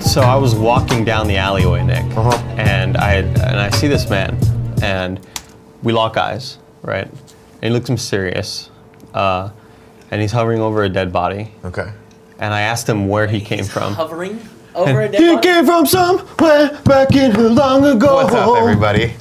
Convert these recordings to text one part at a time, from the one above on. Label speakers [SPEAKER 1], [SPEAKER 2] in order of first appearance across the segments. [SPEAKER 1] So I was walking down the alleyway, Nick, and I and I see this man, and we lock eyes, right? And he looks mysterious, uh, and he's hovering over a dead body.
[SPEAKER 2] Okay.
[SPEAKER 1] And I asked him where he came from.
[SPEAKER 3] Hovering over a dead
[SPEAKER 1] He
[SPEAKER 3] body.
[SPEAKER 1] came from somewhere back in long ago. Oh.
[SPEAKER 2] What's up, everybody?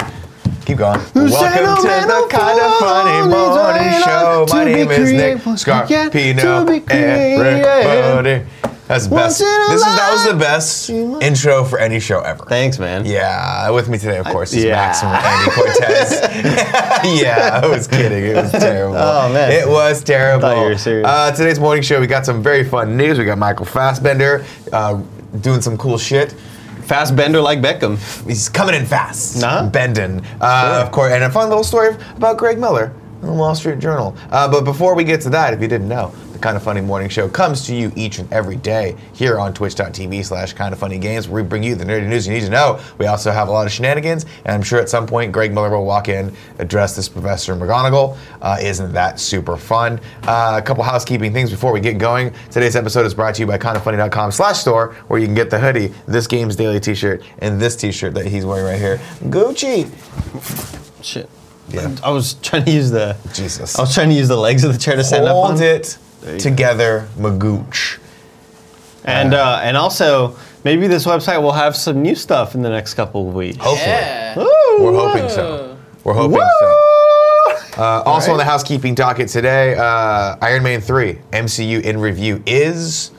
[SPEAKER 2] Keep going. Welcome to the
[SPEAKER 1] sentimental
[SPEAKER 2] kind of funny
[SPEAKER 1] phone
[SPEAKER 2] morning
[SPEAKER 1] is
[SPEAKER 2] show.
[SPEAKER 1] right
[SPEAKER 2] My
[SPEAKER 1] on to
[SPEAKER 2] name
[SPEAKER 1] be
[SPEAKER 2] is Nick
[SPEAKER 1] creative, what's yet to be
[SPEAKER 2] Scarpino.
[SPEAKER 1] created.
[SPEAKER 2] Everybody. That's the
[SPEAKER 1] Once
[SPEAKER 2] best.
[SPEAKER 1] in a
[SPEAKER 2] This is that was the
[SPEAKER 1] life-
[SPEAKER 2] best intro for any show ever.
[SPEAKER 1] Thanks, man.
[SPEAKER 2] Yeah, with me today, of course, is
[SPEAKER 1] yeah.
[SPEAKER 2] Max and Andy Cortez. yeah, I was kidding. It was terrible.
[SPEAKER 1] Oh, man.
[SPEAKER 2] it was terrible.
[SPEAKER 1] you were serious.
[SPEAKER 2] Uh, today's morning show, we got some very fun news. We got Michael Fassbender uh, doing some cool shit.
[SPEAKER 1] Fast bender like Beckham.
[SPEAKER 2] He's coming in fast.
[SPEAKER 1] Nah.
[SPEAKER 2] Bending. Uh,
[SPEAKER 1] Sure.
[SPEAKER 2] Of course. And a fun little story about Greg Miller in the Wall Street Journal. Uh, but before we get to that, if you didn't know, the Kind of Funny Morning Show comes to you each and every day here on twitch.tv slash kind of funny games, where we bring you the nerdy news you need to know. We also have a lot of shenanigans, and I'm sure at some point Greg Miller will walk in, address this Professor McGonagall. Uh, isn't that super fun? Uh, a couple housekeeping things before we get going. Today's episode is brought to you by kindoffunny.com slash store, where you can get the hoodie, this game's daily t shirt, and this t shirt that he's wearing right here. Gucci!
[SPEAKER 1] Shit.
[SPEAKER 2] Yeah.
[SPEAKER 1] I was trying to use the.
[SPEAKER 2] Jesus.
[SPEAKER 1] I was trying to use the legs of the chair to stand up.
[SPEAKER 2] Hold
[SPEAKER 1] on.
[SPEAKER 2] it
[SPEAKER 1] you
[SPEAKER 2] together, Magooch.
[SPEAKER 1] And uh, and also maybe this website will have some new stuff in the next couple of weeks.
[SPEAKER 2] Hopefully.
[SPEAKER 3] Yeah.
[SPEAKER 2] We're hoping so. We're hoping so. Uh, also on the housekeeping docket today, uh, Iron Man 3 MCU in review is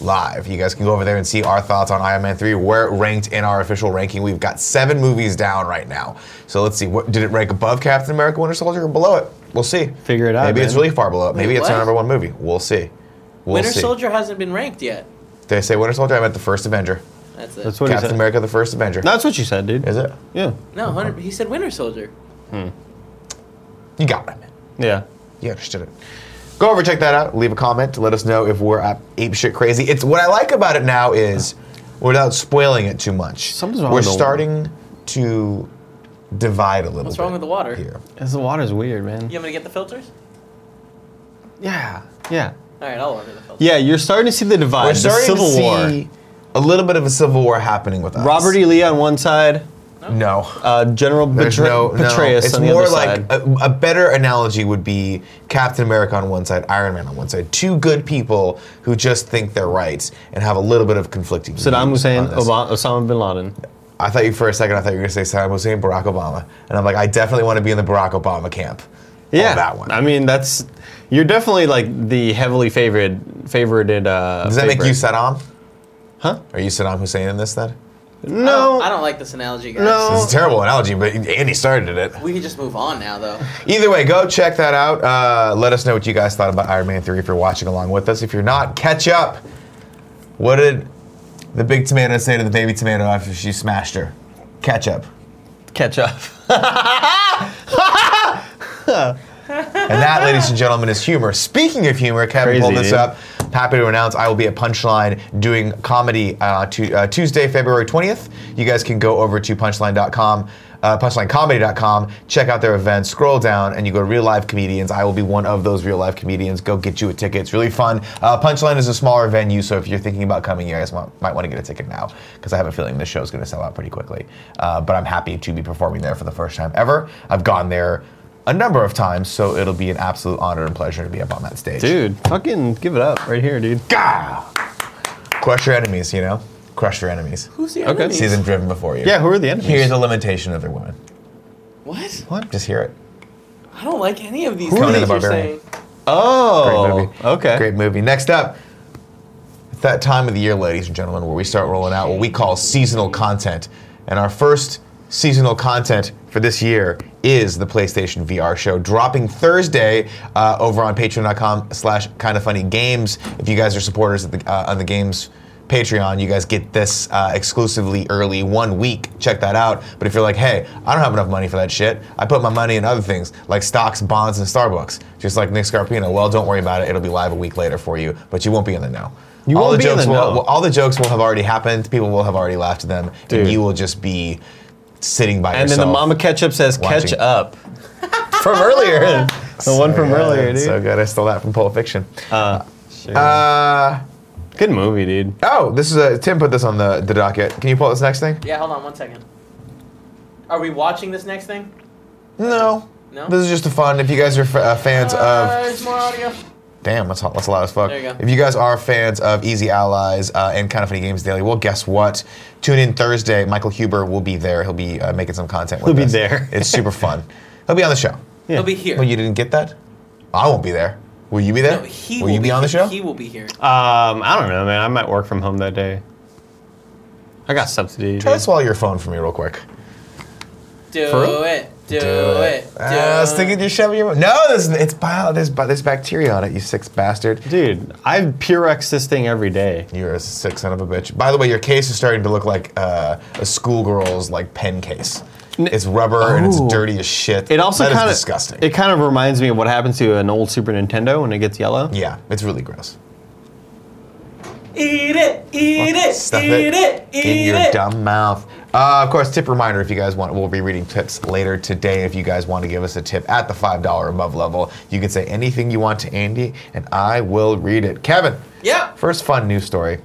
[SPEAKER 2] live. You guys can go over there and see our thoughts on Iron Man 3, where it ranked in our official ranking. We've got seven movies down right now. So let's see. What, did it rank above Captain America Winter Soldier or below it? We'll see.
[SPEAKER 1] Figure it out,
[SPEAKER 2] Maybe it's
[SPEAKER 1] man.
[SPEAKER 2] really far below it. Maybe
[SPEAKER 3] Wait,
[SPEAKER 2] it's our
[SPEAKER 3] what?
[SPEAKER 2] number one movie. We'll see. We'll
[SPEAKER 3] Winter
[SPEAKER 2] see.
[SPEAKER 3] Soldier hasn't been ranked yet.
[SPEAKER 2] Did I say Winter Soldier? I meant the first Avenger.
[SPEAKER 3] That's it.
[SPEAKER 1] That's what
[SPEAKER 2] Captain
[SPEAKER 1] he said.
[SPEAKER 2] America, the first Avenger.
[SPEAKER 1] That's what you said, dude.
[SPEAKER 2] Is it?
[SPEAKER 1] Yeah.
[SPEAKER 3] no, 100, he said Winter Soldier.
[SPEAKER 2] You got what I meant.
[SPEAKER 1] Yeah.
[SPEAKER 2] You understood it. Go over, check that out. Leave a comment to let us know if we're uh, ape shit crazy. It's what I like about it now is, without spoiling it too much,
[SPEAKER 1] Something's wrong
[SPEAKER 2] we're
[SPEAKER 1] with the-
[SPEAKER 2] starting to divide a little.
[SPEAKER 3] What's
[SPEAKER 2] bit
[SPEAKER 3] wrong with the water?
[SPEAKER 2] Here.
[SPEAKER 1] Cause the water's weird, man.
[SPEAKER 3] You want me to get the filters?
[SPEAKER 1] Yeah. Yeah.
[SPEAKER 3] All right, I'll order the filters.
[SPEAKER 1] Yeah. You're starting to see the divide.
[SPEAKER 2] We're
[SPEAKER 1] the
[SPEAKER 2] starting
[SPEAKER 1] civil
[SPEAKER 2] to see
[SPEAKER 1] war.
[SPEAKER 2] a little bit of a civil war happening with us.
[SPEAKER 1] Robert E. Lee on one side,
[SPEAKER 2] No.
[SPEAKER 1] uh, General
[SPEAKER 2] There's
[SPEAKER 1] Petra-
[SPEAKER 2] no, no.
[SPEAKER 1] Petraeus
[SPEAKER 2] It's
[SPEAKER 1] on the
[SPEAKER 2] more
[SPEAKER 1] other side.
[SPEAKER 2] like a, a better analogy would be Captain America on one side, Iron Man on one side. Two good people who just think they're right and have a little bit of conflicting.
[SPEAKER 1] Saddam
[SPEAKER 2] views
[SPEAKER 1] Hussein,
[SPEAKER 2] on this.
[SPEAKER 1] Obama, Osama bin Laden.
[SPEAKER 2] I thought you for a second. I thought you were gonna say Saddam Hussein, Barack Obama, and I'm like, I definitely want to be in the Barack Obama camp. on
[SPEAKER 1] Yeah,
[SPEAKER 2] that one.
[SPEAKER 1] I mean, that's you're definitely like the heavily favored, favorited. Uh,
[SPEAKER 2] Does that make
[SPEAKER 1] favorite.
[SPEAKER 2] you Saddam?
[SPEAKER 1] Huh?
[SPEAKER 2] Are you Saddam Hussein in this then?
[SPEAKER 3] I
[SPEAKER 1] No,
[SPEAKER 3] don't, I don't like this analogy, guys.
[SPEAKER 1] No.
[SPEAKER 2] It's a terrible analogy, but Andy started it.
[SPEAKER 3] We could just move on now, though.
[SPEAKER 2] Either way, go check that out. Uh, let us know what you guys thought about Iron Man 3 if you're watching along with us. If you're not, catch up. What did the big tomato say to the baby tomato after she smashed her? Catch up.
[SPEAKER 1] catch up.
[SPEAKER 2] And that, ladies and gentlemen, is humor. Speaking of humor, Kevin
[SPEAKER 1] Crazy,
[SPEAKER 2] pulled this
[SPEAKER 1] dude.
[SPEAKER 2] up. I'm happy to announce I will be at Punchline doing comedy uh, Tu- uh, Tuesday, February 20th. You guys can go over to punchline.com. Uh, punchlinecomedy.com, check out their events, scroll down, and you go to real live comedians. I will be one of those real live comedians. Go get you a ticket. It's really fun. Uh, Punchline is a smaller venue, so if you're thinking about coming, you guys want, might want to get a ticket now because I have a feeling this show is going to sell out pretty quickly. Uh, but I'm happy to be performing there for the first time ever. I've gone there a number of times, so it'll be an absolute honor and pleasure to be up on that stage.
[SPEAKER 1] Dude, fucking give it up right here, dude.
[SPEAKER 2] Gah! Crush your enemies, you know? Crush your enemies.
[SPEAKER 3] Who's the
[SPEAKER 1] Okay.
[SPEAKER 3] enemy?
[SPEAKER 2] See them driven before you.
[SPEAKER 1] Yeah, who are the enemies?
[SPEAKER 2] Hear the limitation of their women.
[SPEAKER 3] What?
[SPEAKER 2] What? Just hear it.
[SPEAKER 3] I don't like any of these
[SPEAKER 2] Conan
[SPEAKER 3] things
[SPEAKER 2] the
[SPEAKER 3] you're
[SPEAKER 2] Barbarian.
[SPEAKER 3] saying.
[SPEAKER 1] oh,
[SPEAKER 2] Great movie.
[SPEAKER 1] okay.
[SPEAKER 2] Great movie. Next up, it's that time of the year, ladies and gentlemen, where we start rolling out what we call seasonal content. And our first seasonal content for this year is the PlayStation VR show, dropping Thursday uh, over on patreon.com slash kind of funny games. If you guys are supporters of the, uh, on the games Patreon, you guys get this uh, exclusively early, one week. Check that out. But if you're like, hey, I don't have enough money for that shit, I put my money in other things like stocks, bonds, and Starbucks, just like Nick Scarpino. Well, don't worry about it. It'll be live a week later for you, but you won't be in the know.
[SPEAKER 1] You
[SPEAKER 2] all
[SPEAKER 1] won't
[SPEAKER 2] the
[SPEAKER 1] be in
[SPEAKER 2] jokes
[SPEAKER 1] the
[SPEAKER 2] will,
[SPEAKER 1] know.
[SPEAKER 2] all the jokes will have already happened. People will have already laughed at them,
[SPEAKER 1] Dude.
[SPEAKER 2] and you will just be sitting by
[SPEAKER 1] And
[SPEAKER 2] yourself.
[SPEAKER 1] then the mama ketchup says, catch
[SPEAKER 2] watching.
[SPEAKER 1] up. from earlier. The one
[SPEAKER 2] So
[SPEAKER 1] from
[SPEAKER 2] good.
[SPEAKER 1] earlier, dude.
[SPEAKER 2] So good. I stole that from Pulp Fiction.
[SPEAKER 1] Uh, sure.
[SPEAKER 2] Uh,
[SPEAKER 1] Good movie, dude.
[SPEAKER 2] Oh, this is a Tim put this on the, the docket. Can you pull up this next thing?
[SPEAKER 3] Yeah, hold on one second. Are we watching this next thing?
[SPEAKER 2] No.
[SPEAKER 3] No?
[SPEAKER 2] This is just a fun. If you guys are f- uh, fans
[SPEAKER 3] Uh,
[SPEAKER 2] of
[SPEAKER 3] there's more audio.
[SPEAKER 2] Damn, that's, hot- that's a lot as fuck.
[SPEAKER 3] There you go.
[SPEAKER 2] If you guys are fans of Easy Allies uh, and Kind of Funny Games Daily, well, guess what? Tune in Thursday. Michael Huber will be there. He'll be uh, making some content. With
[SPEAKER 1] He'll be
[SPEAKER 2] us.
[SPEAKER 1] there.
[SPEAKER 2] It's super fun. He'll be on the show.
[SPEAKER 1] Yeah.
[SPEAKER 3] He'll be here.
[SPEAKER 2] Well, you didn't get that. I won't be there. Will you be there?
[SPEAKER 3] No, he
[SPEAKER 2] will you be, on the
[SPEAKER 3] here.
[SPEAKER 2] show?
[SPEAKER 3] He will be here.
[SPEAKER 1] Um, I don't know, man. I might work from home that day. I got subsidy.
[SPEAKER 2] Try to
[SPEAKER 1] dude.
[SPEAKER 2] swallow your phone for me real quick.
[SPEAKER 3] Do
[SPEAKER 1] For real?
[SPEAKER 3] it. Do, it. Do
[SPEAKER 2] Ah, stick it
[SPEAKER 3] it.
[SPEAKER 2] to your shoving your. No, there's it's bio. There's bi- there's bacteria on it. You sick bastard.
[SPEAKER 1] Dude, I Purex this thing every day.
[SPEAKER 2] You're a sick son of a bitch. By the way, your case is starting to look like uh, a schoolgirl's like pen case.
[SPEAKER 1] N-
[SPEAKER 2] It's rubber and it's
[SPEAKER 1] Oh.
[SPEAKER 2] dirty as shit.
[SPEAKER 1] It also
[SPEAKER 2] That is
[SPEAKER 1] kind of
[SPEAKER 2] disgusting.
[SPEAKER 1] It kind of reminds me of what happens to an old Super Nintendo when it gets yellow.
[SPEAKER 2] yeah, it's really gross.
[SPEAKER 3] Eat it. Eat it.
[SPEAKER 2] Stuff
[SPEAKER 3] eat
[SPEAKER 2] it,
[SPEAKER 3] it. Eat
[SPEAKER 2] in your
[SPEAKER 3] it.
[SPEAKER 2] dumb mouth. Uh, of course, tip reminder if you guys want, we'll be reading tips later today. If you guys want to give us a tip at the five dollar above level, you can say anything you want to Andy, and I will read it. Kevin,
[SPEAKER 3] Yeah.
[SPEAKER 2] first fun news story.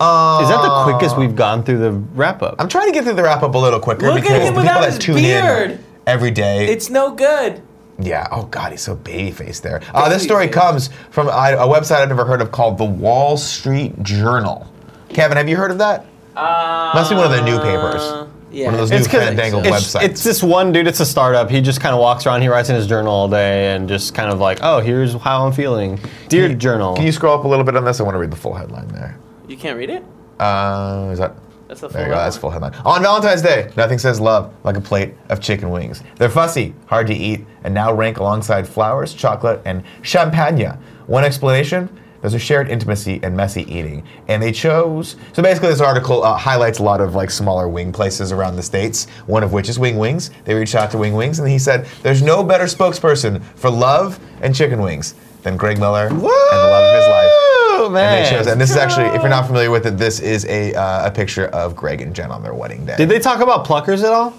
[SPEAKER 2] Uh,
[SPEAKER 1] Is that the quickest we've gone through the wrap up?
[SPEAKER 2] I'm trying to get through the wrap up a little quicker
[SPEAKER 3] Look at
[SPEAKER 2] because
[SPEAKER 3] him
[SPEAKER 2] the people
[SPEAKER 3] without
[SPEAKER 2] that
[SPEAKER 3] his
[SPEAKER 2] tune in
[SPEAKER 3] beard.
[SPEAKER 2] every day.
[SPEAKER 3] It's no good.
[SPEAKER 2] Yeah. Oh God, he's so babyface there. Uh, this story
[SPEAKER 3] Babyface.
[SPEAKER 2] comes from I- a website I've never heard of called the Wall Street Journal. Kevin, have you heard of that?
[SPEAKER 3] Uh,
[SPEAKER 2] Must be one of their new papers.
[SPEAKER 3] Yeah.
[SPEAKER 2] One of those new
[SPEAKER 1] It's 'cause
[SPEAKER 2] Fandangle
[SPEAKER 1] it's,
[SPEAKER 2] websites.
[SPEAKER 1] it's this one dude. It's a startup. He just kind of walks around. He writes in his journal all day and just kind of like, oh, here's how I'm feeling, dear journal.
[SPEAKER 2] Can you scroll up a little bit on this? I want to read the full headline there.
[SPEAKER 3] you can't read it?
[SPEAKER 2] Uh, is that?
[SPEAKER 3] That's the full
[SPEAKER 2] There you go. That's
[SPEAKER 3] headline.
[SPEAKER 2] full headline. On Valentine's Day, nothing says love like a plate of chicken wings. They're fussy, hard to eat, and now rank alongside flowers, chocolate, and champagne. One explanation: there's a shared intimacy and messy eating, and they chose. So basically, this article uh, highlights a lot of like smaller wing places around the states. One of which is Wing Wings. They reached out to Wing Wings, and he said, "There's no better spokesperson for love and chicken wings than Greg Miller and the love of his life."
[SPEAKER 1] Woo, man.
[SPEAKER 2] And they chose, and this is actually, if you're not familiar with it, this is a uh, a picture of Greg and Jen on their wedding day.
[SPEAKER 1] Did they talk about pluckers at all?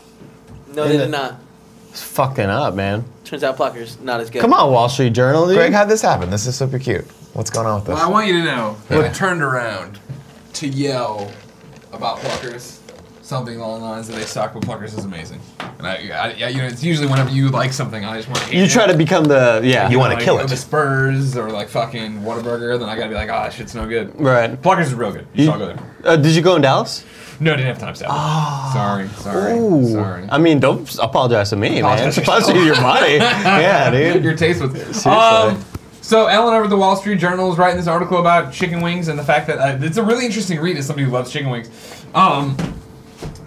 [SPEAKER 3] No, they
[SPEAKER 2] the-
[SPEAKER 3] did not.
[SPEAKER 1] It's fucking up, man.
[SPEAKER 3] Turns out Plucker's not as good.
[SPEAKER 1] Come on, Wall Street Journal, dude.
[SPEAKER 2] Greg, how'd this happen? This is super cute. What's going on with this?
[SPEAKER 4] Well, I want you to know
[SPEAKER 2] Yeah.
[SPEAKER 4] I turned around to yell about pluckers, something along the lines that they suck, but pluckers is amazing. And I, I, I you know, it's usually whenever you like something, I just want to. Hate
[SPEAKER 1] you try to become the yeah.
[SPEAKER 2] You wanna
[SPEAKER 4] to
[SPEAKER 2] kill it.
[SPEAKER 4] The Spurs or like fucking Whataburger, then I gotta be like, ah, that shit's no good.
[SPEAKER 1] Right.
[SPEAKER 4] Pluckers is real good.
[SPEAKER 1] You-
[SPEAKER 4] You, should all go there.
[SPEAKER 1] Uh, did you go in Dallas?
[SPEAKER 4] No, I didn't have time, sadly.
[SPEAKER 1] Ah.
[SPEAKER 4] sorry, sorry, sorry.
[SPEAKER 1] I mean, don't apologize to me, man.
[SPEAKER 4] Apologize to
[SPEAKER 1] Apologize to your body. yeah, dude.
[SPEAKER 4] your taste was. Um, so Ellen over at the Wall Street Journal is writing this article about chicken wings and the fact that uh, it's a really interesting read as somebody who loves chicken wings, um,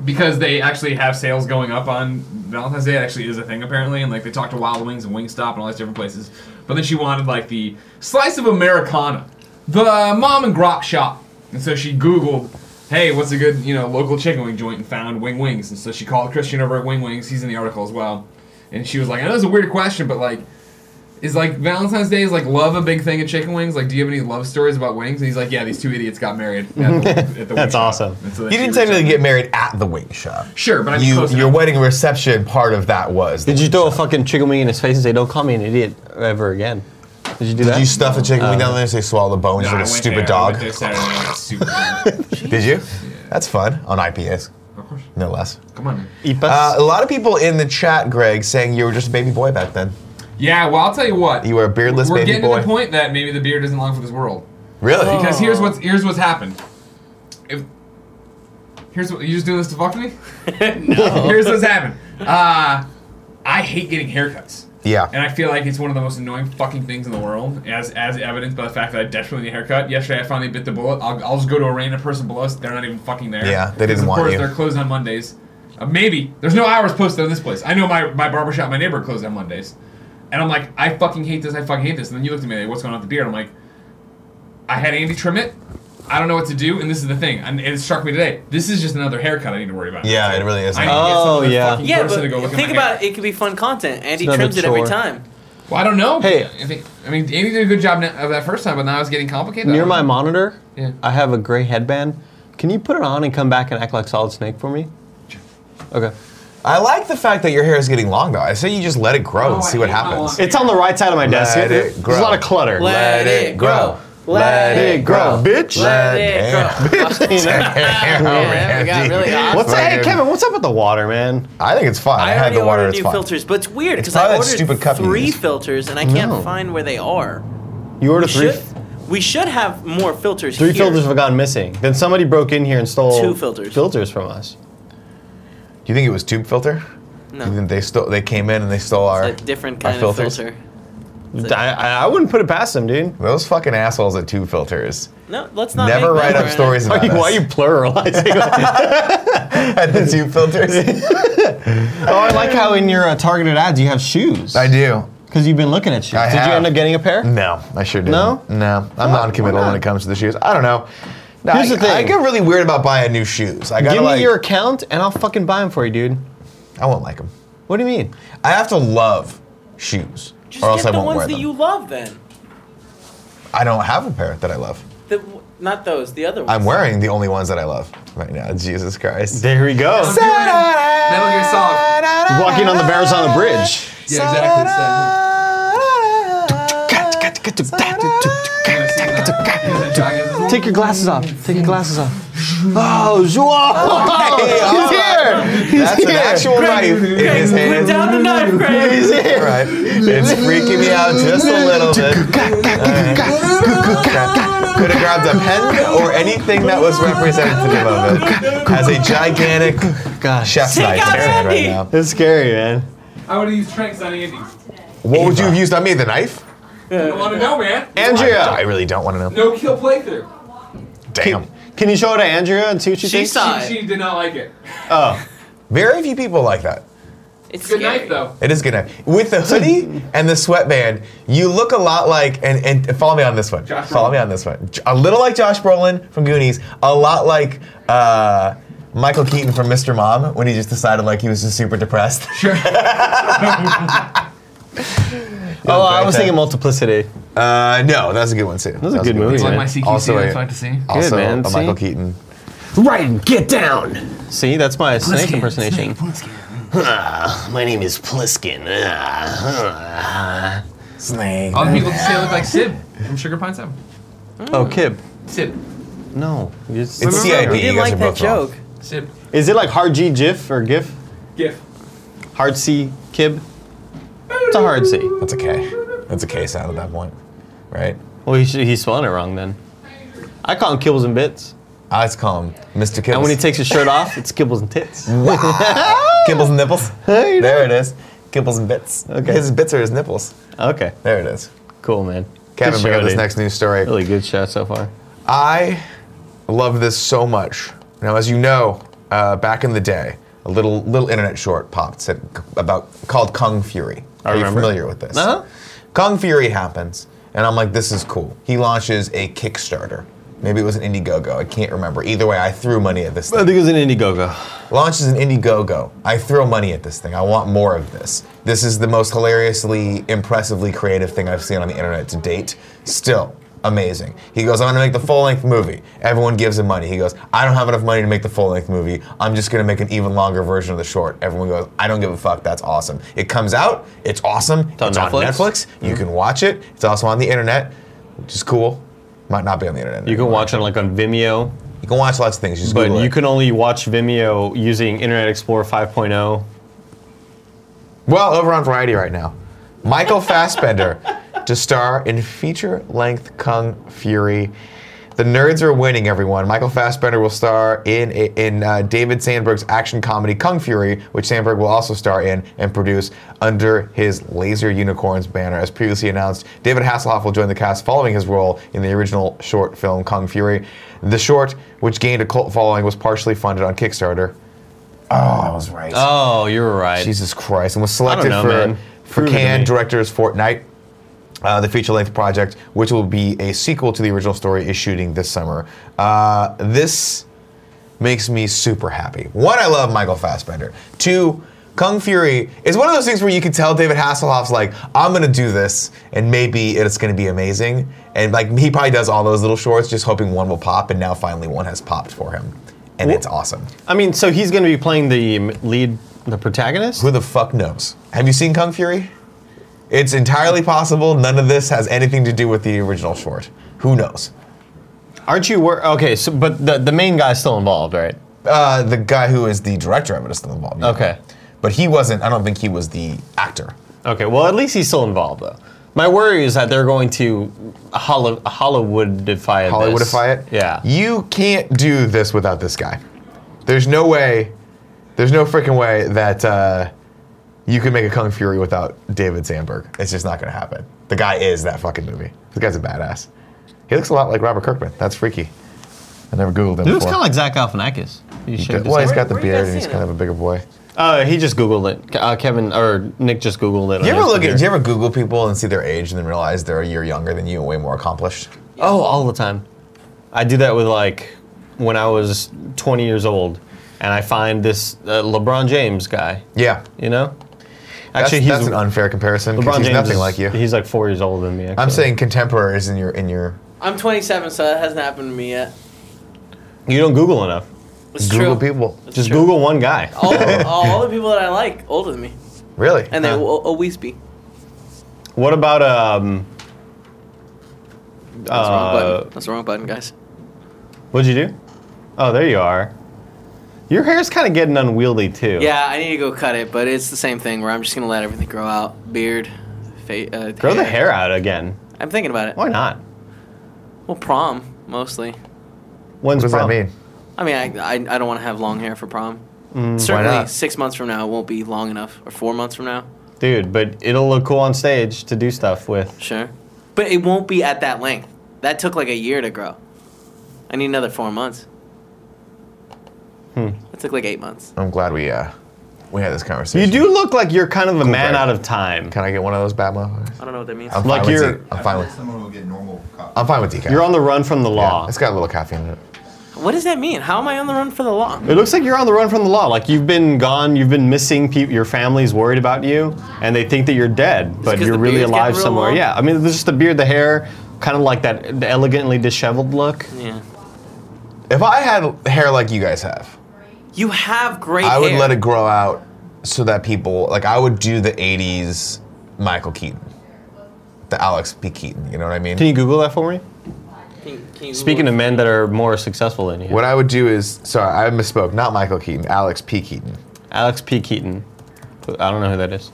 [SPEAKER 4] because they actually have sales going up on Valentine's Day. It actually is a thing apparently, and like they talked to Wild Wings and Wingstop and all these different places. But then she wanted like the slice of Americana, the mom and grop shop, and so she Googled. Hey, what's a good you know local chicken wing joint? And found Wing Wings, and so she called Christian over at Wing Wings. He's in the article as well, and she was like, "I know it's a weird question, but like, is like Valentine's Day is like love a big thing at chicken wings? Like, do you have any love stories about wings? And he's like, yeah, these two idiots got married. At the, at the wing
[SPEAKER 1] That's
[SPEAKER 4] shop."
[SPEAKER 1] awesome.
[SPEAKER 4] And so then
[SPEAKER 2] you
[SPEAKER 4] she
[SPEAKER 2] didn't
[SPEAKER 4] was
[SPEAKER 2] technically
[SPEAKER 4] like-
[SPEAKER 2] get married at the wing shop.
[SPEAKER 4] sure, but I mean,
[SPEAKER 2] You,
[SPEAKER 4] close
[SPEAKER 2] your
[SPEAKER 4] enough.
[SPEAKER 2] wedding reception part of that was. the
[SPEAKER 1] Did you
[SPEAKER 2] wing
[SPEAKER 1] throw a
[SPEAKER 2] shop.
[SPEAKER 1] fucking chicken wing in his face and say, "Don't call me an idiot ever again"? Did you do that? Uh,
[SPEAKER 2] Did you stuff a chicken wing down there and say swallow the bones like
[SPEAKER 4] Nah,
[SPEAKER 2] a
[SPEAKER 4] I went
[SPEAKER 2] stupid
[SPEAKER 4] there. I
[SPEAKER 2] dog?
[SPEAKER 4] went there Saturday night. It's super fun.
[SPEAKER 2] Did you? That's fun on IPAs,
[SPEAKER 4] Of course.
[SPEAKER 2] no less.
[SPEAKER 4] Come on. man.
[SPEAKER 1] Eat
[SPEAKER 2] Uh,
[SPEAKER 1] bus?
[SPEAKER 2] a lot of people in the chat, Greg, saying you were just a baby boy back then.
[SPEAKER 4] Yeah, well, I'll tell you what.
[SPEAKER 2] You were a beardless
[SPEAKER 4] We're
[SPEAKER 2] baby
[SPEAKER 4] getting
[SPEAKER 2] boy.
[SPEAKER 4] to the point that maybe the beard isn't long for this world.
[SPEAKER 2] Really?
[SPEAKER 4] Because here's what's here's what's happened. If here's what you just doing this to fuck with me. Here's what's happened. Uh, I hate getting haircuts.
[SPEAKER 2] Yeah.
[SPEAKER 4] And I feel like it's one of the most annoying fucking things in the world, as as evidenced by the fact that I desperately need a haircut. Yesterday, I finally bit the bullet. I'll, I'll just go to a random person below us. They're not even fucking there.
[SPEAKER 2] Yeah, they
[SPEAKER 4] Because,
[SPEAKER 2] didn't
[SPEAKER 4] of
[SPEAKER 2] want
[SPEAKER 4] course,
[SPEAKER 2] you.
[SPEAKER 4] They're closed on Mondays. Uh, maybe there's no hours posted on this place. I know my my barbershop, my neighbor closed on Mondays, and I'm like, I fucking hate this. I fucking hate this. And then you looked at me like, what's going on with the beard? I'm like, I had Andy trim it. I don't know what to do, and this is the thing. And it struck me today. This is just another haircut I need to worry about.
[SPEAKER 2] Yeah, it really is.
[SPEAKER 4] I need to get some
[SPEAKER 1] Oh,
[SPEAKER 4] other
[SPEAKER 1] yeah.
[SPEAKER 4] fucking
[SPEAKER 3] Yeah,
[SPEAKER 4] person to go look
[SPEAKER 3] but
[SPEAKER 4] at my
[SPEAKER 3] think
[SPEAKER 4] hair.
[SPEAKER 3] about it. It could be fun content. Andy
[SPEAKER 1] It's another
[SPEAKER 3] trims it every
[SPEAKER 1] chore.
[SPEAKER 3] time.
[SPEAKER 4] Well, I don't know.
[SPEAKER 1] Hey.
[SPEAKER 4] I think I mean Andy did a good job now, of that first time, but now it's getting complicated.
[SPEAKER 1] Near
[SPEAKER 4] I don't
[SPEAKER 1] my
[SPEAKER 4] know.
[SPEAKER 1] monitor,
[SPEAKER 4] Yeah.
[SPEAKER 1] I have a gray headband. Can you put it on and come back and act like Solid Snake for me? Okay.
[SPEAKER 2] I like the fact that your hair is getting long though. I say you just let it grow
[SPEAKER 4] Oh,
[SPEAKER 2] and
[SPEAKER 4] I
[SPEAKER 2] see what
[SPEAKER 4] hate how
[SPEAKER 2] happens.
[SPEAKER 4] long-
[SPEAKER 1] It's on the right side of my desk.
[SPEAKER 2] Let it
[SPEAKER 1] There's
[SPEAKER 2] grow.
[SPEAKER 1] a lot of clutter.
[SPEAKER 3] Let it grow. Let
[SPEAKER 2] it grow, bitch.
[SPEAKER 3] Let it grow.
[SPEAKER 2] Oh, Damn,
[SPEAKER 3] Yeah, we got
[SPEAKER 2] Randy.
[SPEAKER 3] really awesome.
[SPEAKER 1] What's that? Hey,
[SPEAKER 2] Fucking-
[SPEAKER 1] Kevin, what's up with the water, man?
[SPEAKER 2] I think it's fine. I,
[SPEAKER 3] I
[SPEAKER 2] had
[SPEAKER 3] already
[SPEAKER 2] the water.
[SPEAKER 3] ordered
[SPEAKER 2] It's
[SPEAKER 3] new
[SPEAKER 2] fine.
[SPEAKER 3] filters, but it's weird because
[SPEAKER 2] probably
[SPEAKER 3] I
[SPEAKER 2] that
[SPEAKER 3] ordered
[SPEAKER 2] stupid cup you
[SPEAKER 3] three
[SPEAKER 2] use.
[SPEAKER 3] filters and I can't
[SPEAKER 1] No.
[SPEAKER 3] find where they are.
[SPEAKER 1] You ordered
[SPEAKER 3] We
[SPEAKER 1] three.
[SPEAKER 3] should, we should have more filters.
[SPEAKER 1] Three
[SPEAKER 3] here.
[SPEAKER 1] filters have gone missing. Then somebody broke in here and stole
[SPEAKER 3] Two filters.
[SPEAKER 1] filters from us.
[SPEAKER 2] Do you think it was tube filter?
[SPEAKER 3] No.
[SPEAKER 2] You think they stole? They came in and they stole our
[SPEAKER 3] A different
[SPEAKER 2] our
[SPEAKER 3] kind of
[SPEAKER 2] filters?
[SPEAKER 3] filter.
[SPEAKER 1] I, I, I wouldn't put it past them, dude.
[SPEAKER 2] Those fucking assholes at tube filters.
[SPEAKER 3] No, let's not.
[SPEAKER 2] Never
[SPEAKER 3] make
[SPEAKER 2] write
[SPEAKER 3] that
[SPEAKER 2] up
[SPEAKER 3] right
[SPEAKER 2] stories
[SPEAKER 1] Why
[SPEAKER 2] about
[SPEAKER 1] are you,
[SPEAKER 2] us.
[SPEAKER 1] why are you pluralizing?
[SPEAKER 2] at the tube filters?
[SPEAKER 1] oh, I like how in your uh, targeted ads you have shoes.
[SPEAKER 2] I do.
[SPEAKER 1] Because you've been looking at shoes.
[SPEAKER 2] I
[SPEAKER 1] Did you
[SPEAKER 2] have.
[SPEAKER 1] end up getting a pair?
[SPEAKER 2] No, I sure didn't.
[SPEAKER 1] No?
[SPEAKER 2] no. I'm
[SPEAKER 1] Why-
[SPEAKER 2] non-committal
[SPEAKER 1] why not?
[SPEAKER 2] when it comes to the shoes. I don't know. No,
[SPEAKER 1] Here's
[SPEAKER 2] I,
[SPEAKER 1] the thing.
[SPEAKER 2] I get really weird about buying new shoes. I gotta
[SPEAKER 1] Give me
[SPEAKER 2] like,
[SPEAKER 1] your account and I'll fucking buy them for you, dude.
[SPEAKER 2] I won't like them.
[SPEAKER 1] What do you mean?
[SPEAKER 2] I have to love shoes,
[SPEAKER 3] Just
[SPEAKER 2] or else I
[SPEAKER 3] get the
[SPEAKER 2] won't
[SPEAKER 3] ones
[SPEAKER 2] wear
[SPEAKER 3] that
[SPEAKER 2] them.
[SPEAKER 3] you love, then.
[SPEAKER 2] I don't have a pair that I love.
[SPEAKER 3] The, not those. The other ones.
[SPEAKER 2] I'm wearing the only ones that I love right now. Jesus Christ.
[SPEAKER 1] There we go.
[SPEAKER 4] I'm doing Metal Gear Solid.
[SPEAKER 1] Walking on the bears on the bridge.
[SPEAKER 4] Yeah, exactly. It's that. You wanna see the- you know, the giant-
[SPEAKER 1] Take your glasses off. Take your glasses off. Oh, Zhuo! He's here! He's
[SPEAKER 2] Oh, That's an
[SPEAKER 1] here!
[SPEAKER 2] actual knife in his
[SPEAKER 3] Put
[SPEAKER 2] hand.
[SPEAKER 3] down the knife, Craig.
[SPEAKER 1] He's
[SPEAKER 2] All
[SPEAKER 1] here!
[SPEAKER 2] right. It's freaking me out just a little bit. Could have grabbed a pen or anything that was representative of it as a gigantic
[SPEAKER 1] Gosh.
[SPEAKER 2] chef's
[SPEAKER 3] Take
[SPEAKER 2] knife
[SPEAKER 3] out
[SPEAKER 2] in his hand right
[SPEAKER 3] Andy.
[SPEAKER 2] now.
[SPEAKER 1] That's scary, man.
[SPEAKER 4] I would have used Tranks on Andy.
[SPEAKER 2] What would you have used on me? The knife?
[SPEAKER 4] I want to know, man.
[SPEAKER 2] I
[SPEAKER 1] Andrea!
[SPEAKER 2] really don't want to know.
[SPEAKER 4] No kill playthrough.
[SPEAKER 2] Damn.
[SPEAKER 1] Can you show it to Andrea and see what she,
[SPEAKER 3] She
[SPEAKER 1] thinks?
[SPEAKER 3] saw it.
[SPEAKER 4] She did not like it.
[SPEAKER 1] Oh.
[SPEAKER 2] Very few people like that.
[SPEAKER 3] It's
[SPEAKER 4] Good
[SPEAKER 3] scary.
[SPEAKER 4] night, though.
[SPEAKER 2] It is good enough. With the hoodie and the sweatband, you look a lot like and, and follow me on this one.
[SPEAKER 4] Josh
[SPEAKER 2] follow me
[SPEAKER 4] Brolin.
[SPEAKER 2] on this one. J- A little like Josh Brolin from Goonies, a lot like uh, Michael Keaton from Mr. Mom when he just decided like he was just super depressed.
[SPEAKER 4] Sure.
[SPEAKER 1] Oh, I was thinking multiplicity.
[SPEAKER 2] Uh, no, that's a good one too. That
[SPEAKER 1] was a good movie,
[SPEAKER 2] one,
[SPEAKER 1] man.
[SPEAKER 2] too.
[SPEAKER 1] Like my
[SPEAKER 4] CQC,
[SPEAKER 2] Also a-
[SPEAKER 4] see.
[SPEAKER 2] Also
[SPEAKER 1] Good, man.
[SPEAKER 2] a Michael
[SPEAKER 1] See?
[SPEAKER 2] Keaton.
[SPEAKER 1] Ryan, get down! See, that's my snake impersonation. my name is Pliskin. Ah,
[SPEAKER 2] Snake.
[SPEAKER 4] All the people just say I look like Sib from Sugar Pine 7.
[SPEAKER 1] oh, Kib.
[SPEAKER 4] Sib.
[SPEAKER 1] No. you just-
[SPEAKER 2] It's
[SPEAKER 3] Remember,
[SPEAKER 2] CIP.
[SPEAKER 3] we
[SPEAKER 2] You guys
[SPEAKER 3] didn't
[SPEAKER 2] are
[SPEAKER 3] like that
[SPEAKER 2] both wrong.
[SPEAKER 3] joke.
[SPEAKER 4] Sib.
[SPEAKER 1] Is it like hard G GIF or GIF?
[SPEAKER 4] GIF.
[SPEAKER 1] Hard C Kib? It's a hard C.
[SPEAKER 2] That's a K. That's a K sound at that point, right?
[SPEAKER 1] Well, he should, he's spelling it wrong then. I call him kibbles and bits.
[SPEAKER 2] I just call him Mr. Kibbles.
[SPEAKER 1] And when he takes his shirt off, it's kibbles and tits.
[SPEAKER 2] Kibbles and nipples.
[SPEAKER 1] Hey,
[SPEAKER 2] there it is. Kibbles and bits.
[SPEAKER 1] Okay.
[SPEAKER 2] His bits are his nipples.
[SPEAKER 1] Okay,
[SPEAKER 2] There it is.
[SPEAKER 1] cool, man.
[SPEAKER 2] Kevin,
[SPEAKER 1] Good
[SPEAKER 2] bring
[SPEAKER 1] show,
[SPEAKER 2] up this
[SPEAKER 1] dude.
[SPEAKER 2] next news story.
[SPEAKER 1] Really good shot so far.
[SPEAKER 2] I love this so much. Now, as you know, uh, back in the day, a little little internet short popped said, about called Kung Fury.
[SPEAKER 1] I
[SPEAKER 2] Are
[SPEAKER 1] remember.
[SPEAKER 2] you familiar with this?
[SPEAKER 1] Uh-huh.
[SPEAKER 2] Kung Fury happens, and I'm like, this is cool. He launches a Kickstarter. Maybe it was an Indiegogo. I can't remember. Either way, I threw money at this.
[SPEAKER 1] I
[SPEAKER 2] Thing.
[SPEAKER 1] think it was an Indiegogo.
[SPEAKER 2] Launches an Indiegogo. I throw money at this thing. I want more of this. This is the most hilariously, impressively creative thing I've seen on the internet to date. Still amazing. He goes, I'm gonna make the full length movie. Everyone gives him money. He goes, I don't have enough money to make the full length movie. I'm just gonna make an even longer version of the short. Everyone goes, I don't give a fuck. That's awesome. It comes out. It's awesome. It's
[SPEAKER 1] on Netflix?
[SPEAKER 2] Netflix. You can watch it. It's also on the internet, which is cool. Might not be on the internet.
[SPEAKER 1] You can watch it on, like on Vimeo,
[SPEAKER 2] you can watch lots of things. Just
[SPEAKER 1] but
[SPEAKER 2] Google
[SPEAKER 1] you
[SPEAKER 2] it.
[SPEAKER 1] can only watch Vimeo using Internet Explorer oh. 5.0.
[SPEAKER 2] Well, over on Variety right now. Michael Fassbender to star in feature length Kung Fury. The nerds are winning, everyone. Michael Fassbender will star in in uh, David Sandberg's action comedy Kung Fury, which Sandberg will also star in and produce under his Laser Unicorns banner. As previously announced, David Hasselhoff will join the cast following his role in the original short film Kung Fury. The short, which gained a cult following, was partially funded on Kickstarter. Oh, I was right.
[SPEAKER 1] Oh, you were right.
[SPEAKER 2] Jesus Christ, and was selected
[SPEAKER 1] know, man.
[SPEAKER 2] for, for
[SPEAKER 1] Prove it to
[SPEAKER 2] Cannes
[SPEAKER 1] me.
[SPEAKER 2] Directors Fortnite, uh, the feature length project, which will be a sequel to the original story, is shooting this summer. Uh, this makes me super happy. One, I love Michael Fassbender. Two, Kung Fury is one of those things where you can tell David Hasselhoff's like, I'm gonna do this, and maybe it's gonna be amazing. And like he probably does all those little shorts, just hoping one will pop, and now finally one has popped for him, and it's awesome.
[SPEAKER 1] I mean, so he's going to be playing um, the m- lead, the protagonist?
[SPEAKER 2] Who the fuck knows? Have you seen Kung Fury? It's entirely possible none of this has anything to do with the original short. Who knows?
[SPEAKER 1] Aren't you wor- okay? So, but the the main guy's still involved, right?
[SPEAKER 2] Uh, the guy who is the director of it is still involved. yeah.
[SPEAKER 1] Okay.
[SPEAKER 2] But he wasn't, I don't think he was the actor.
[SPEAKER 1] Okay. Well, at least he's still involved, though. My worry is that they're going to Hollow, Hollywoodify this.
[SPEAKER 2] Hollywoodify it?
[SPEAKER 1] Yeah.
[SPEAKER 2] You can't do this without this guy. There's no way, there's no freaking way that uh, you can make a Kung Fury without David Sandberg. It's just not going to happen. The guy is that fucking movie. This guy's a badass. He looks a lot like Robert Kirkman. That's freaky. I never Googled him
[SPEAKER 1] He
[SPEAKER 2] before.
[SPEAKER 1] looks kind of like Zach Galifianakis. You
[SPEAKER 2] Yeah,
[SPEAKER 1] should
[SPEAKER 2] well, he's
[SPEAKER 3] Where-
[SPEAKER 2] got the
[SPEAKER 3] where you guys
[SPEAKER 2] beard and he's
[SPEAKER 3] seen
[SPEAKER 2] kind
[SPEAKER 3] him?
[SPEAKER 2] of a bigger boy.
[SPEAKER 1] Uh, he just Googled it. K- Uh, Kevin or Nick just Googled it.
[SPEAKER 2] Do you
[SPEAKER 1] on
[SPEAKER 2] ever look
[SPEAKER 1] Instagram.
[SPEAKER 2] at? Do you ever Google people and see their age and then realize they're a year younger than you and way more accomplished?
[SPEAKER 1] Oh, all the time. I do that with like when I was 20 years old, and I find this uh, LeBron James guy.
[SPEAKER 2] Yeah,
[SPEAKER 1] You know,
[SPEAKER 2] that's,
[SPEAKER 1] actually,
[SPEAKER 2] that's
[SPEAKER 1] he's
[SPEAKER 2] an unfair comparison because
[SPEAKER 1] LeBron
[SPEAKER 2] he's
[SPEAKER 1] James
[SPEAKER 2] nothing
[SPEAKER 1] is-
[SPEAKER 2] like you.
[SPEAKER 1] He's like four years older than me. Actually.
[SPEAKER 2] I'm saying contemporaries in your in your
[SPEAKER 3] I'm 27, so that hasn't happened to me yet.
[SPEAKER 1] you don't Google enough.
[SPEAKER 3] It's
[SPEAKER 2] Google
[SPEAKER 3] true.
[SPEAKER 2] people.
[SPEAKER 3] It's
[SPEAKER 1] Just
[SPEAKER 3] true. Oh.
[SPEAKER 1] Google one guy.
[SPEAKER 3] All, all, all the people that I like older than me,
[SPEAKER 2] Really?
[SPEAKER 3] and they
[SPEAKER 1] Huh.
[SPEAKER 3] will always be.
[SPEAKER 1] What about um?
[SPEAKER 3] That's the wrong
[SPEAKER 1] Uh,
[SPEAKER 3] button. That's the wrong button, guys.
[SPEAKER 1] what'd you do? Oh, there you are. Your hair's kind of getting unwieldy too.
[SPEAKER 3] Yeah, I need to go cut it, but it's the same thing where I'm just gonna let everything grow out, beard, face. Uh,
[SPEAKER 1] Grow the hair out again.
[SPEAKER 3] I'm thinking about it.
[SPEAKER 1] Why not?
[SPEAKER 3] Well, prom mostly.
[SPEAKER 1] When's
[SPEAKER 2] what does
[SPEAKER 1] prom?
[SPEAKER 2] that mean?
[SPEAKER 3] I mean, I I, I don't want to have long hair for prom. Certainly,
[SPEAKER 2] Mm, not?
[SPEAKER 3] six months from now it won't be long enough, or four months from now.
[SPEAKER 1] Dude, but it'll look cool on stage to do stuff with.
[SPEAKER 3] Sure, but it won't be at that length. That took like a year to grow. I need another four months. Hmm. That took like eight months.
[SPEAKER 2] I'm glad we uh we had this
[SPEAKER 1] You
[SPEAKER 2] conversation.
[SPEAKER 1] do look like you're kind of a man
[SPEAKER 2] guy.
[SPEAKER 1] out of time.
[SPEAKER 2] Can I get one of those bad motherfuckers?
[SPEAKER 3] I don't know what that means.
[SPEAKER 2] I'm fine
[SPEAKER 1] Like
[SPEAKER 2] with
[SPEAKER 1] you're-
[SPEAKER 2] Z- I'm fine with.
[SPEAKER 5] someone will get normal coffee.
[SPEAKER 2] I'm fine with decaf.
[SPEAKER 1] You're on the run from the
[SPEAKER 2] Yeah,
[SPEAKER 1] law.
[SPEAKER 2] It's got a little caffeine in it.
[SPEAKER 3] What does that mean? How am I on the run for the law?
[SPEAKER 1] it looks like you're on the run from the law. Like you've been gone, you've been missing. People, your family's worried about you, and they think that you're dead, but
[SPEAKER 3] 'cause
[SPEAKER 1] you're
[SPEAKER 3] the
[SPEAKER 1] really
[SPEAKER 3] beard's
[SPEAKER 1] alive
[SPEAKER 3] gotten real
[SPEAKER 1] somewhere.
[SPEAKER 3] long?
[SPEAKER 1] Yeah, I mean, there's just the beard, the hair, kind of like that elegantly disheveled look.
[SPEAKER 3] Yeah.
[SPEAKER 2] If I had hair like you guys have,
[SPEAKER 3] You have great
[SPEAKER 2] I would
[SPEAKER 3] hair.
[SPEAKER 2] let it grow out so that people like I would do the '80s Michael Keaton, the Alex P. Keaton. You know what I mean?
[SPEAKER 1] Can you Google that for me?
[SPEAKER 3] Can- can you
[SPEAKER 1] Speaking
[SPEAKER 3] look-
[SPEAKER 1] of men that are more successful than you,
[SPEAKER 2] What I would do is, sorry, I misspoke. Not Michael Keaton, Alex P. Keaton.
[SPEAKER 1] Alex P. Keaton. I don't know who that is.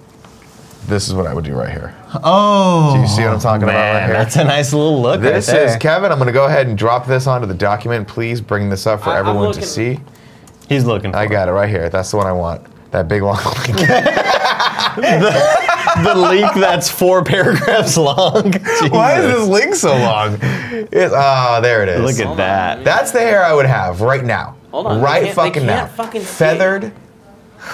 [SPEAKER 2] This is what I would do right here.
[SPEAKER 1] Oh,
[SPEAKER 2] Do you see what I'm talking about right
[SPEAKER 1] man,
[SPEAKER 2] here?
[SPEAKER 1] that's a nice little look.
[SPEAKER 2] this
[SPEAKER 1] right
[SPEAKER 2] is
[SPEAKER 1] there.
[SPEAKER 2] Kevin. I'm going to go ahead and drop this onto the document. Please bring this up for
[SPEAKER 3] I- I'm
[SPEAKER 2] everyone to
[SPEAKER 3] looking.
[SPEAKER 2] see.
[SPEAKER 1] He's looking. For
[SPEAKER 2] I
[SPEAKER 1] it.
[SPEAKER 2] got it right here. That's the one I want. That big long link.
[SPEAKER 1] the leak that's four paragraphs long.
[SPEAKER 2] Why is
[SPEAKER 1] Jesus.
[SPEAKER 2] this link so long? It, ah, there it is.
[SPEAKER 1] Look at
[SPEAKER 3] on,
[SPEAKER 1] that.
[SPEAKER 2] That's the hair I would have right now.
[SPEAKER 3] Hold on, they
[SPEAKER 2] Right
[SPEAKER 3] can't- they
[SPEAKER 2] fucking
[SPEAKER 3] can't
[SPEAKER 2] now.
[SPEAKER 3] fucking see.
[SPEAKER 2] Feathered.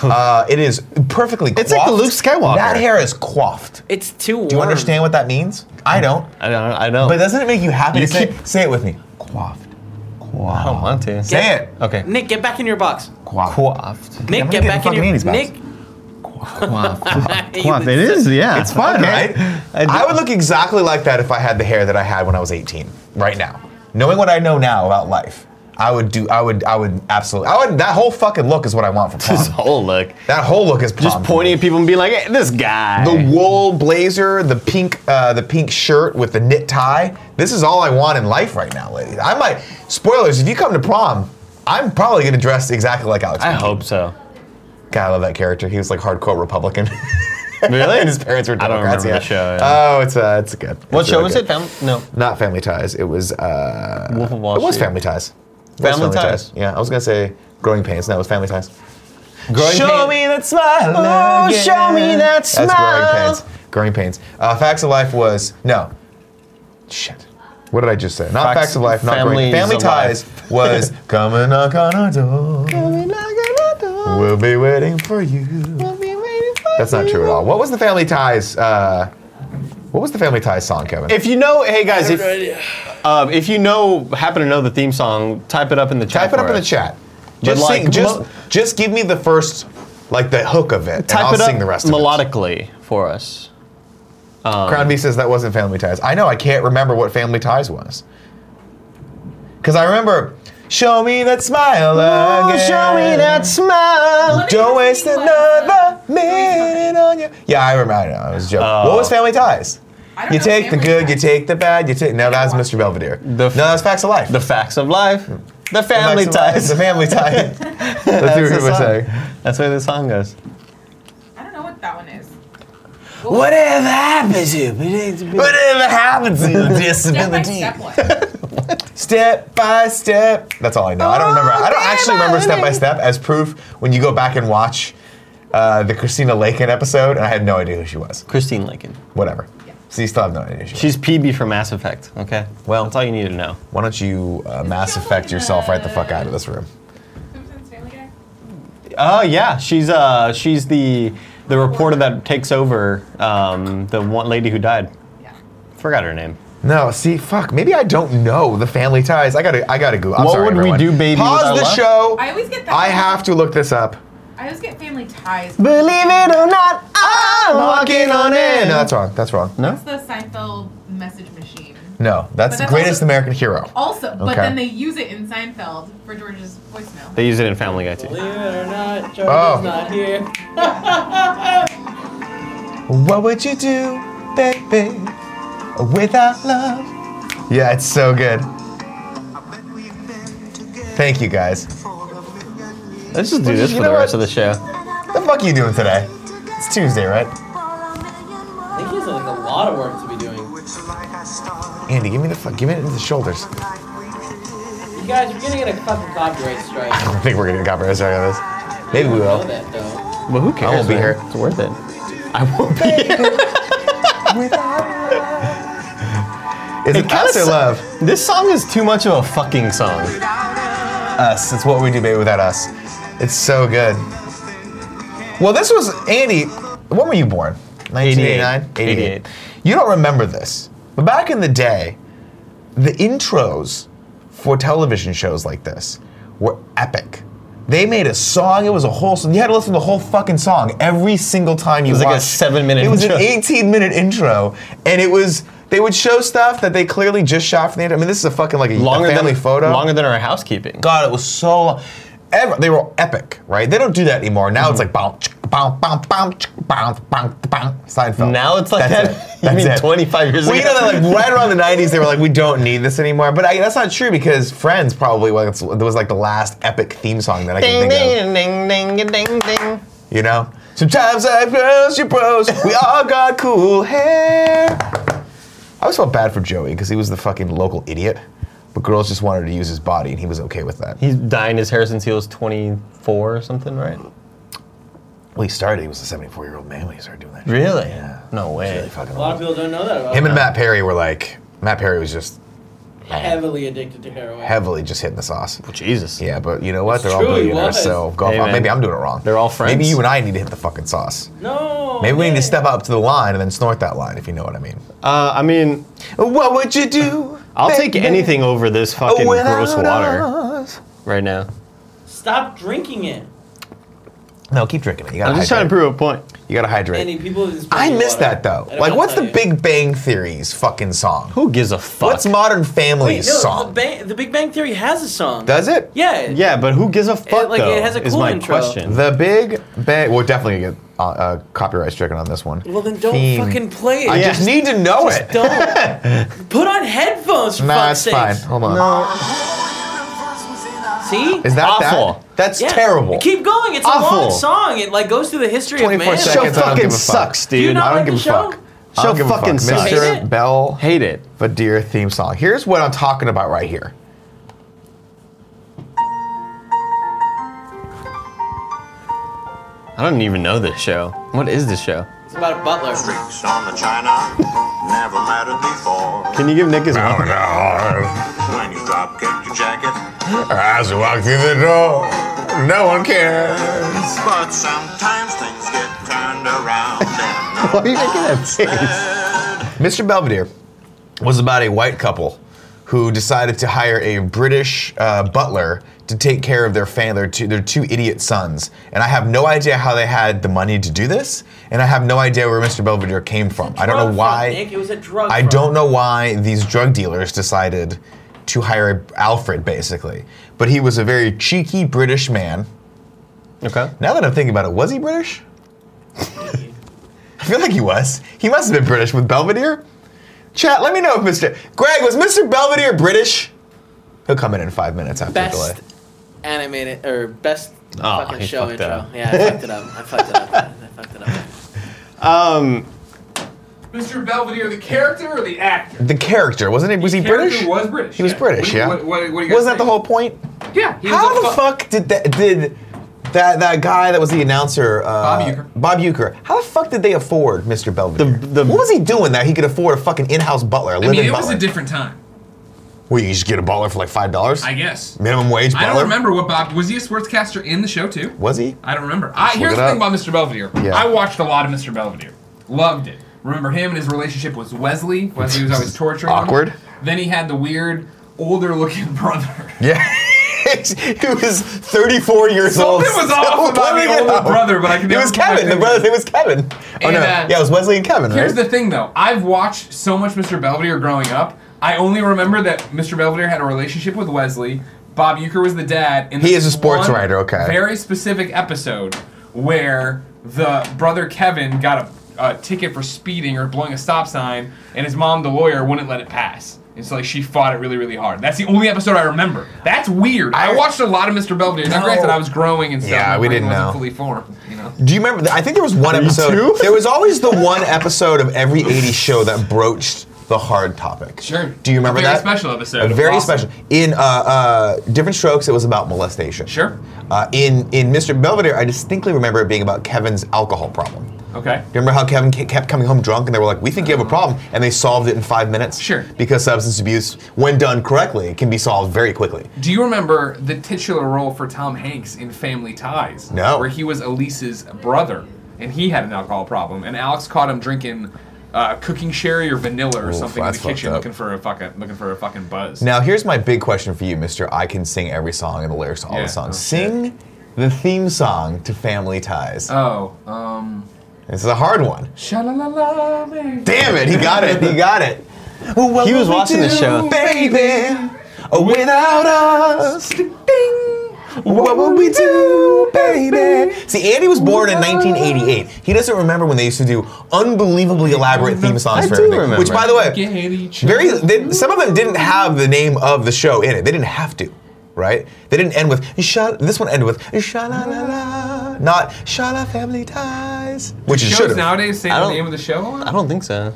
[SPEAKER 2] Uh, it is perfectly coiffed.
[SPEAKER 1] It's like the Luke Skywalker.
[SPEAKER 2] That hair is coiffed.
[SPEAKER 3] It's too warm.
[SPEAKER 2] Do you understand what that means? I don't.
[SPEAKER 1] I don't. I know.
[SPEAKER 2] But doesn't it make you happy
[SPEAKER 1] You
[SPEAKER 2] to say,
[SPEAKER 1] keep-
[SPEAKER 2] say it with me? Quaffed.
[SPEAKER 1] I don't want to.
[SPEAKER 2] Say it.
[SPEAKER 1] Okay.
[SPEAKER 3] Nick, get back in your box.
[SPEAKER 2] Quaffed.
[SPEAKER 1] Quaffed.
[SPEAKER 2] I'm
[SPEAKER 3] Nick, get
[SPEAKER 2] getting
[SPEAKER 3] back in your
[SPEAKER 2] fucking 80s box.
[SPEAKER 3] Nick. You
[SPEAKER 1] Quaffed. It is. Yeah. It's
[SPEAKER 2] Fun, right?
[SPEAKER 1] I,
[SPEAKER 2] I would look exactly like that if I had the hair that I had when I was 18. Right now, knowing what I know now about life, I would do. I would. I would absolutely. I would. That whole fucking look is what I want for
[SPEAKER 1] This
[SPEAKER 2] prom.
[SPEAKER 1] whole look.
[SPEAKER 2] that whole look is prom.
[SPEAKER 1] Just
[SPEAKER 2] for me.
[SPEAKER 1] pointing at people and being like, hey, this guy.
[SPEAKER 2] The wool blazer, the pink, uh, the pink shirt with the knit tie. This is all I want in life right now, ladies. I might. Spoilers: If you come to prom, I'm probably gonna dress exactly like Alex.
[SPEAKER 1] I
[SPEAKER 2] Winter.
[SPEAKER 1] hope so.
[SPEAKER 2] God, I love that character. He was like hardcore Republican,
[SPEAKER 1] Really?
[SPEAKER 2] and his parents were
[SPEAKER 1] I don't
[SPEAKER 2] Democrats.
[SPEAKER 1] remember the show, yeah.
[SPEAKER 2] Oh, it's uh, it's good.
[SPEAKER 1] What
[SPEAKER 2] It's
[SPEAKER 1] show
[SPEAKER 2] really
[SPEAKER 1] was
[SPEAKER 2] good.
[SPEAKER 1] it? Fam- no.
[SPEAKER 2] Not Family Ties. It was. Uh,
[SPEAKER 1] Wolf of Wall
[SPEAKER 2] it was
[SPEAKER 1] Street.
[SPEAKER 2] Family Ties. It was
[SPEAKER 1] Family Ties.
[SPEAKER 2] Yeah, I was gonna say Growing Pains. No, it was Family Ties.
[SPEAKER 1] Growing Pains-
[SPEAKER 2] that smile.
[SPEAKER 1] Oh, show me that smile.
[SPEAKER 2] That's Growing Pains. Growing Pains. Uh, Facts of Life was no. Shit. What did I just say? Not Facts,
[SPEAKER 1] Facts-
[SPEAKER 2] of Life. Not
[SPEAKER 1] Families
[SPEAKER 2] Growing. Family
[SPEAKER 1] of
[SPEAKER 2] Ties was come and knock on our door. We'll be waiting for you. That's not true at all. What was the Family Ties? Uh, what was the Family Ties song, Kevin?
[SPEAKER 1] If you know, hey guys,
[SPEAKER 3] No
[SPEAKER 1] if,
[SPEAKER 3] idea.
[SPEAKER 1] um, if you know, happen to know the theme song, type it up in the chat.
[SPEAKER 2] Type it
[SPEAKER 1] for
[SPEAKER 2] up in the
[SPEAKER 1] us.
[SPEAKER 2] chat.
[SPEAKER 1] But
[SPEAKER 2] Just sing,
[SPEAKER 1] like,
[SPEAKER 2] just
[SPEAKER 1] mo-
[SPEAKER 2] just give me the first, like the hook of it,
[SPEAKER 1] Type
[SPEAKER 2] and I'll
[SPEAKER 1] it up
[SPEAKER 2] sing the rest of it.
[SPEAKER 1] melodically for us.
[SPEAKER 2] Crown V says that wasn't Family Ties. I know I can't remember what Family Ties was, because I remember Show me that smile again.
[SPEAKER 1] smile.
[SPEAKER 5] Let me
[SPEAKER 2] Don't
[SPEAKER 5] just
[SPEAKER 2] waste
[SPEAKER 5] see what-
[SPEAKER 2] another minute on you. Yeah, I remember. I, know, I was joking.
[SPEAKER 1] Oh.
[SPEAKER 2] what was Family Ties?
[SPEAKER 5] I don't
[SPEAKER 2] You
[SPEAKER 5] know
[SPEAKER 2] take the
[SPEAKER 5] Family
[SPEAKER 2] good, you
[SPEAKER 5] Guy.
[SPEAKER 2] take the bad, you take. No, that was Mr. Belvedere.
[SPEAKER 1] The f-
[SPEAKER 2] no, that's Facts of Life.
[SPEAKER 1] The facts of life. The family
[SPEAKER 2] Facts of Life,
[SPEAKER 1] ties.
[SPEAKER 2] The family tie. Let's
[SPEAKER 1] That's
[SPEAKER 2] hear what
[SPEAKER 1] the
[SPEAKER 2] we're
[SPEAKER 1] song.
[SPEAKER 2] saying.
[SPEAKER 1] That's where the song goes.
[SPEAKER 5] I don't know what that one is.
[SPEAKER 1] Whatever happens to you.
[SPEAKER 2] Whatever happens to the
[SPEAKER 5] Step by
[SPEAKER 2] disability.
[SPEAKER 5] step one.
[SPEAKER 2] Step by step. That's all I know. I don't remember. I don't actually remember step by step. As proof, when you go back and watch uh, the Christina Lakin episode, and I had no idea who she was.
[SPEAKER 1] Christine Lincoln.
[SPEAKER 2] Whatever. So you still have no idea. Who she was.
[SPEAKER 1] She's PB from Mass Effect. Okay.
[SPEAKER 2] Well-
[SPEAKER 1] that's all you need to know.
[SPEAKER 2] Why don't you uh, Mass Effect yourself right the fuck out of this room?
[SPEAKER 5] Simpsons Family Guy.
[SPEAKER 1] Oh yeah, she's uh she's the the reporter that takes over um, the one lady who died.
[SPEAKER 5] Yeah.
[SPEAKER 1] Forgot her name.
[SPEAKER 2] No, see, fuck. Maybe I don't know the family ties. I gotta, I gotta Google. I'm
[SPEAKER 1] What
[SPEAKER 2] sorry,
[SPEAKER 1] would we
[SPEAKER 2] everyone.
[SPEAKER 1] do, baby, without
[SPEAKER 2] Pause the
[SPEAKER 1] love?
[SPEAKER 2] show.
[SPEAKER 5] I always get that.
[SPEAKER 2] I have to look this up.
[SPEAKER 5] I always get Family Ties.
[SPEAKER 1] Believe it or not, I'm
[SPEAKER 2] Walking on in. No, that's wrong. That's wrong.
[SPEAKER 1] No.
[SPEAKER 5] That's the Seinfeld message machine.
[SPEAKER 2] No, that's,
[SPEAKER 5] But that's
[SPEAKER 2] greatest
[SPEAKER 5] also- Oh,
[SPEAKER 2] American hero.
[SPEAKER 5] Also, but
[SPEAKER 2] Okay.
[SPEAKER 5] then they use it in Seinfeld for George's voicemail.
[SPEAKER 1] They use it in Family Guy too.
[SPEAKER 2] Oh.
[SPEAKER 6] not here.
[SPEAKER 2] What would you do, baby, without love? Yeah, it's so good. Thank you guys.
[SPEAKER 1] Let's just do this
[SPEAKER 2] you
[SPEAKER 1] for
[SPEAKER 2] know
[SPEAKER 1] the
[SPEAKER 2] what?
[SPEAKER 1] rest of the show.
[SPEAKER 2] The fuck are you doing today? It's Tuesday, right?
[SPEAKER 6] I think he has like a lot of work to be doing.
[SPEAKER 2] Andy, give me the fuck, give me it into the shoulders.
[SPEAKER 6] You guys, you're gonna get a fucking copyright strike.
[SPEAKER 2] I don't think we're gonna get copyright strike on this. Maybe we
[SPEAKER 6] You know
[SPEAKER 2] will.
[SPEAKER 6] that though.
[SPEAKER 1] Well, who cares?
[SPEAKER 2] I won't be
[SPEAKER 1] man?
[SPEAKER 2] here.
[SPEAKER 1] It's worth it. I won't be here.
[SPEAKER 2] Is it,
[SPEAKER 1] It kinda
[SPEAKER 2] us or
[SPEAKER 1] su-
[SPEAKER 2] love?
[SPEAKER 1] This song is too much of a fucking song.
[SPEAKER 2] Us. It's what we do, baby, without us. It's so good. Well, this was Andy. When were you born? 1989.
[SPEAKER 1] 88.
[SPEAKER 2] You don't remember this, but back in the day, the intros for television shows like this were epic. They made a song. It was a whole. song. You had to listen to the whole fucking song every single time you
[SPEAKER 1] was like a
[SPEAKER 2] watched.
[SPEAKER 1] seven-minute
[SPEAKER 2] It was
[SPEAKER 1] intro.
[SPEAKER 2] an eighteen-minute intro, and it was. They would show stuff that they clearly just shot from the. I mean, this is a fucking like a, a
[SPEAKER 1] Longer
[SPEAKER 2] family
[SPEAKER 1] than
[SPEAKER 2] photo.
[SPEAKER 1] Longer than our housekeeping.
[SPEAKER 2] God, it was so long. Ever, they were epic, right? They don't do that anymore. Now
[SPEAKER 1] Mm-hmm.
[SPEAKER 2] it's like bounce, bounce, bounce, bounce, bounce, bounce, bounce. Seinfeld.
[SPEAKER 1] Now it's like that.
[SPEAKER 2] That's It.
[SPEAKER 1] You
[SPEAKER 2] That's
[SPEAKER 1] mean
[SPEAKER 2] it.
[SPEAKER 1] 25 years
[SPEAKER 2] Well, you
[SPEAKER 1] ago?
[SPEAKER 2] know that like right around the '90s, they were like, we don't need this anymore. But I, that's not true because Friends probably was, was like the last epic theme song that I can
[SPEAKER 1] Ding
[SPEAKER 2] think of.
[SPEAKER 1] ding ding ding ding ding.
[SPEAKER 2] You know. Sometimes I grows your bros. We all got cool hair. I always felt bad for Joey because he was the fucking local idiot, but girls just wanted to use his body, and he was okay with that.
[SPEAKER 1] He's dying his hair since he was 24 or something, right?
[SPEAKER 2] Well, he started. He was a 74 year old man when he started doing that. shit.
[SPEAKER 1] Really?
[SPEAKER 2] Yeah.
[SPEAKER 1] No
[SPEAKER 2] It's really
[SPEAKER 1] way.
[SPEAKER 2] fucking
[SPEAKER 6] A lot of
[SPEAKER 2] old.
[SPEAKER 6] people don't know that about
[SPEAKER 2] Him and Matt Perry were like, Matt Perry was just
[SPEAKER 6] heavily addicted to heroin.
[SPEAKER 2] heavily just hitting the sauce.
[SPEAKER 1] Well, Jesus.
[SPEAKER 2] Yeah, but you know what? They're all
[SPEAKER 6] true, he
[SPEAKER 2] billionaires,
[SPEAKER 6] was.
[SPEAKER 2] so go
[SPEAKER 1] Hey,
[SPEAKER 2] on.
[SPEAKER 1] man.
[SPEAKER 2] Maybe I'm doing it wrong.
[SPEAKER 1] They're all friends.
[SPEAKER 2] Maybe you and I need to hit the fucking sauce.
[SPEAKER 6] Oh, No.
[SPEAKER 2] Maybe we need
[SPEAKER 6] man.
[SPEAKER 2] to step up to the line and then snort that line, if you know what I mean.
[SPEAKER 1] Uh, I mean,
[SPEAKER 2] What would you do?
[SPEAKER 1] I'll take anything over this fucking
[SPEAKER 2] Oh,
[SPEAKER 1] gross water right now.
[SPEAKER 6] Stop drinking it.
[SPEAKER 2] No, keep drinking it. You gotta
[SPEAKER 1] I'm just trying
[SPEAKER 2] hydrate.
[SPEAKER 1] to prove a point.
[SPEAKER 2] You gotta hydrate.
[SPEAKER 6] Andy, people just
[SPEAKER 2] I
[SPEAKER 6] drink
[SPEAKER 2] miss
[SPEAKER 6] water.
[SPEAKER 2] that though.
[SPEAKER 6] I don't
[SPEAKER 2] Like,
[SPEAKER 6] know
[SPEAKER 2] what's
[SPEAKER 6] how
[SPEAKER 2] the
[SPEAKER 6] to tell you.
[SPEAKER 2] Big Bang Theory's fucking song?
[SPEAKER 1] Who gives a fuck?
[SPEAKER 2] What's Modern Family's
[SPEAKER 6] Wait, no,
[SPEAKER 2] song?
[SPEAKER 6] The, bang, the Big Bang Theory has a song.
[SPEAKER 2] Does it?
[SPEAKER 6] Yeah.
[SPEAKER 1] yeah, but who gives a fuck
[SPEAKER 6] like, it
[SPEAKER 1] though?
[SPEAKER 6] has a
[SPEAKER 1] is
[SPEAKER 6] cool
[SPEAKER 1] my
[SPEAKER 6] intro.
[SPEAKER 1] question.
[SPEAKER 2] The Big Bang. We're definitely gonna get uh, uh, copyright stricken on this one.
[SPEAKER 6] Well, then don't
[SPEAKER 2] Theme.
[SPEAKER 6] fucking play it.
[SPEAKER 2] I just need to know it.
[SPEAKER 6] Don't. Put on headphones for
[SPEAKER 2] Nah,
[SPEAKER 6] fuck's
[SPEAKER 2] it's fine.
[SPEAKER 6] sakes.
[SPEAKER 2] Hold on.
[SPEAKER 6] See?
[SPEAKER 2] Is that
[SPEAKER 1] Awful.
[SPEAKER 2] that? That's
[SPEAKER 6] Yeah.
[SPEAKER 2] terrible.
[SPEAKER 6] Keep going. It's
[SPEAKER 1] Awful.
[SPEAKER 6] a long song. It like goes through the history of
[SPEAKER 2] 24
[SPEAKER 6] man.
[SPEAKER 1] Show
[SPEAKER 2] seconds. I don't
[SPEAKER 1] fucking
[SPEAKER 2] give a fuck.
[SPEAKER 1] sucks,
[SPEAKER 6] Do you
[SPEAKER 1] dude.
[SPEAKER 6] not
[SPEAKER 1] I
[SPEAKER 6] like
[SPEAKER 1] don't give
[SPEAKER 6] the
[SPEAKER 1] a
[SPEAKER 6] show?
[SPEAKER 1] fuck.
[SPEAKER 2] I
[SPEAKER 1] Show
[SPEAKER 2] don't give a fuck.
[SPEAKER 1] fucking sucks.
[SPEAKER 6] Hate
[SPEAKER 2] Mr.
[SPEAKER 6] it?
[SPEAKER 2] Bell
[SPEAKER 1] Hate it.
[SPEAKER 2] Vadir theme song. Here's what I'm talking about right here.
[SPEAKER 1] I don't even know this show. What is this show?
[SPEAKER 6] It's about a butler.
[SPEAKER 7] Streaks on the china never mattered before.
[SPEAKER 1] Can you give Nick his one?
[SPEAKER 7] When you drop kicked your jacket,
[SPEAKER 2] As you walk through the door, no one cares.
[SPEAKER 7] but sometimes things get turned around. And
[SPEAKER 1] Why are you making that face?
[SPEAKER 2] Mr. Belvedere was about a white couple who decided to hire a British uh, butler to take care of their fan, their two, their two idiot sons. And I have no idea how they had the money to do this, and I have no idea where Mr. Belvedere came from. I
[SPEAKER 6] Drug
[SPEAKER 2] don't know
[SPEAKER 6] front,
[SPEAKER 2] why.
[SPEAKER 6] Nick. It was a drug.
[SPEAKER 2] I
[SPEAKER 6] front.
[SPEAKER 2] don't know why these drug dealers decided to hire Alfred, basically. But he was a very cheeky British man.
[SPEAKER 1] Okay.
[SPEAKER 2] Now that I'm thinking about it, was he British? I feel like he was. He must have been British with Belvedere. Chat, let me know if Mr. Greg was Mr. Belvedere British. He'll come in in five minutes after the
[SPEAKER 3] Best
[SPEAKER 2] delay.
[SPEAKER 3] animated or best
[SPEAKER 1] Aw,
[SPEAKER 3] fucking
[SPEAKER 1] he
[SPEAKER 3] show
[SPEAKER 1] fucked it
[SPEAKER 3] intro.
[SPEAKER 1] up.
[SPEAKER 3] Yeah, I fucked it up. I fucked it up. I fucked it up.
[SPEAKER 1] Um,
[SPEAKER 4] Mr. Belvedere, the character or the actor?
[SPEAKER 2] The character wasn't he? Was he
[SPEAKER 4] character
[SPEAKER 2] British?
[SPEAKER 4] Was British.
[SPEAKER 2] He was
[SPEAKER 4] yeah.
[SPEAKER 2] British,
[SPEAKER 4] What do you-
[SPEAKER 2] yeah.
[SPEAKER 4] What, what, what do you guys
[SPEAKER 2] Wasn't that the
[SPEAKER 4] think?
[SPEAKER 2] whole point?
[SPEAKER 4] Yeah. he was
[SPEAKER 2] How
[SPEAKER 4] a
[SPEAKER 2] the
[SPEAKER 4] fu-
[SPEAKER 2] fuck did that did that that guy that was the announcer uh,
[SPEAKER 4] Bob Uecker.
[SPEAKER 2] Bob Uecker, How the fuck did they afford Mr. Belvedere?
[SPEAKER 1] The- the-
[SPEAKER 2] what was he doing that he could afford a fucking in-house butler, a
[SPEAKER 4] I mean,
[SPEAKER 2] living
[SPEAKER 4] it was
[SPEAKER 2] butler?
[SPEAKER 4] a different time.
[SPEAKER 2] well, you just get a butler for like five dollars.
[SPEAKER 4] I guess.
[SPEAKER 2] Minimum wage
[SPEAKER 4] I
[SPEAKER 2] butler.
[SPEAKER 4] don't remember what Bob was he a sportscaster in the show too?
[SPEAKER 2] Was he?
[SPEAKER 4] I don't remember. I,
[SPEAKER 2] look
[SPEAKER 4] here's
[SPEAKER 2] it
[SPEAKER 4] the
[SPEAKER 2] up.
[SPEAKER 4] thing about Mr. Belvedere.
[SPEAKER 2] Yeah.
[SPEAKER 4] I watched a lot of Mr. Belvedere. Loved it. Remember him and his relationship with Wesley. Wesley was always torturing him.
[SPEAKER 2] Awkward.
[SPEAKER 4] Then he had the weird older looking brother.
[SPEAKER 2] Yeah. he was 34 years old.
[SPEAKER 4] Something was off
[SPEAKER 2] still
[SPEAKER 4] about the
[SPEAKER 2] living
[SPEAKER 4] older
[SPEAKER 2] out.
[SPEAKER 4] brother, but I can
[SPEAKER 2] Oh, It
[SPEAKER 4] never
[SPEAKER 2] was
[SPEAKER 4] put my
[SPEAKER 2] Kevin. The
[SPEAKER 4] finger
[SPEAKER 2] brother's name was Kevin. Oh
[SPEAKER 4] And,
[SPEAKER 2] no.
[SPEAKER 4] uh,
[SPEAKER 2] yeah, it was Wesley and Kevin,
[SPEAKER 4] Here's
[SPEAKER 2] right?
[SPEAKER 4] the thing though. I've watched so much Mr. Belvedere growing up. I only remember that Mr. Belvedere had a relationship with Wesley. Bob Euchre was the dad. And
[SPEAKER 2] He
[SPEAKER 4] there's
[SPEAKER 2] is a sports
[SPEAKER 4] one
[SPEAKER 2] writer, okay.
[SPEAKER 4] Very specific episode where the brother Kevin got a, a ticket for speeding or blowing a stop sign, and his mom, the lawyer, wouldn't let it pass. And so like she fought it really, really hard. That's the only episode I remember. That's weird. I,
[SPEAKER 2] I-
[SPEAKER 4] watched a lot of Mr. Belvedere. Now,
[SPEAKER 2] No.
[SPEAKER 4] granted, I was growing and stuff.
[SPEAKER 2] Yeah,
[SPEAKER 4] my
[SPEAKER 2] we
[SPEAKER 4] brain
[SPEAKER 2] didn't
[SPEAKER 4] wasn't
[SPEAKER 2] know.
[SPEAKER 4] Fully formed, you know.
[SPEAKER 2] Do you remember? I think there was one episode.
[SPEAKER 1] too?
[SPEAKER 2] There was always the one episode of every 80s show that broached the hard topic.
[SPEAKER 4] Sure.
[SPEAKER 2] Do you remember
[SPEAKER 4] a very
[SPEAKER 2] that?
[SPEAKER 4] special episode?
[SPEAKER 2] A very
[SPEAKER 4] Awesome.
[SPEAKER 2] special. In uh, uh, Different Strokes, it was about molestation.
[SPEAKER 4] Sure.
[SPEAKER 2] Uh, in, in Mr. Belvedere, I distinctly remember it being about Kevin's alcohol problem.
[SPEAKER 4] Okay.
[SPEAKER 2] Do you remember how Kevin ke- kept coming home drunk and they were like, we think you have a problem? And they solved it in five minutes?
[SPEAKER 4] Uh-huh. Sure.
[SPEAKER 2] Because substance abuse, when done correctly, can be solved very quickly.
[SPEAKER 4] Do you remember the titular role for Tom Hanks in Family Ties?
[SPEAKER 2] No.
[SPEAKER 4] Where he was Elise's brother, and he had an alcohol problem, and Alex caught him drinking uh, cooking sherry or vanilla or
[SPEAKER 2] Oof,
[SPEAKER 4] something in the
[SPEAKER 2] that's fucked
[SPEAKER 4] kitchen,
[SPEAKER 2] up.
[SPEAKER 4] looking for a fucking looking for a fucking buzz.
[SPEAKER 2] Now, here's my big question for you, Mr. I can sing every song and the lyrics to all
[SPEAKER 4] Yeah,
[SPEAKER 2] the songs.
[SPEAKER 4] oh, shit.
[SPEAKER 2] sing the theme song to Family Ties.
[SPEAKER 4] Oh, um,
[SPEAKER 2] this is a hard one.
[SPEAKER 4] sha la la la, baby.
[SPEAKER 2] Damn it, he got it, he got it. Well, what
[SPEAKER 1] He was
[SPEAKER 2] will we
[SPEAKER 1] watching the
[SPEAKER 2] do,
[SPEAKER 1] show.
[SPEAKER 2] Baby, Oh, without us. What would we do, baby? See, Andy was born in 1988. He doesn't remember when they used to do unbelievably elaborate theme songs
[SPEAKER 1] I
[SPEAKER 2] for
[SPEAKER 1] do
[SPEAKER 2] everything.
[SPEAKER 1] remember.
[SPEAKER 2] Which, by the
[SPEAKER 4] Get
[SPEAKER 2] way,
[SPEAKER 4] each
[SPEAKER 2] very they, some of them didn't have the name of the show in it. They didn't have to, right? They didn't end with sha. This one ended with sha la la la, not sha la family ties, which it should
[SPEAKER 4] Shows
[SPEAKER 2] have.
[SPEAKER 4] nowadays say
[SPEAKER 1] I
[SPEAKER 4] the
[SPEAKER 1] don't-
[SPEAKER 4] name of the show. a
[SPEAKER 1] I
[SPEAKER 4] lot?
[SPEAKER 1] don't think so.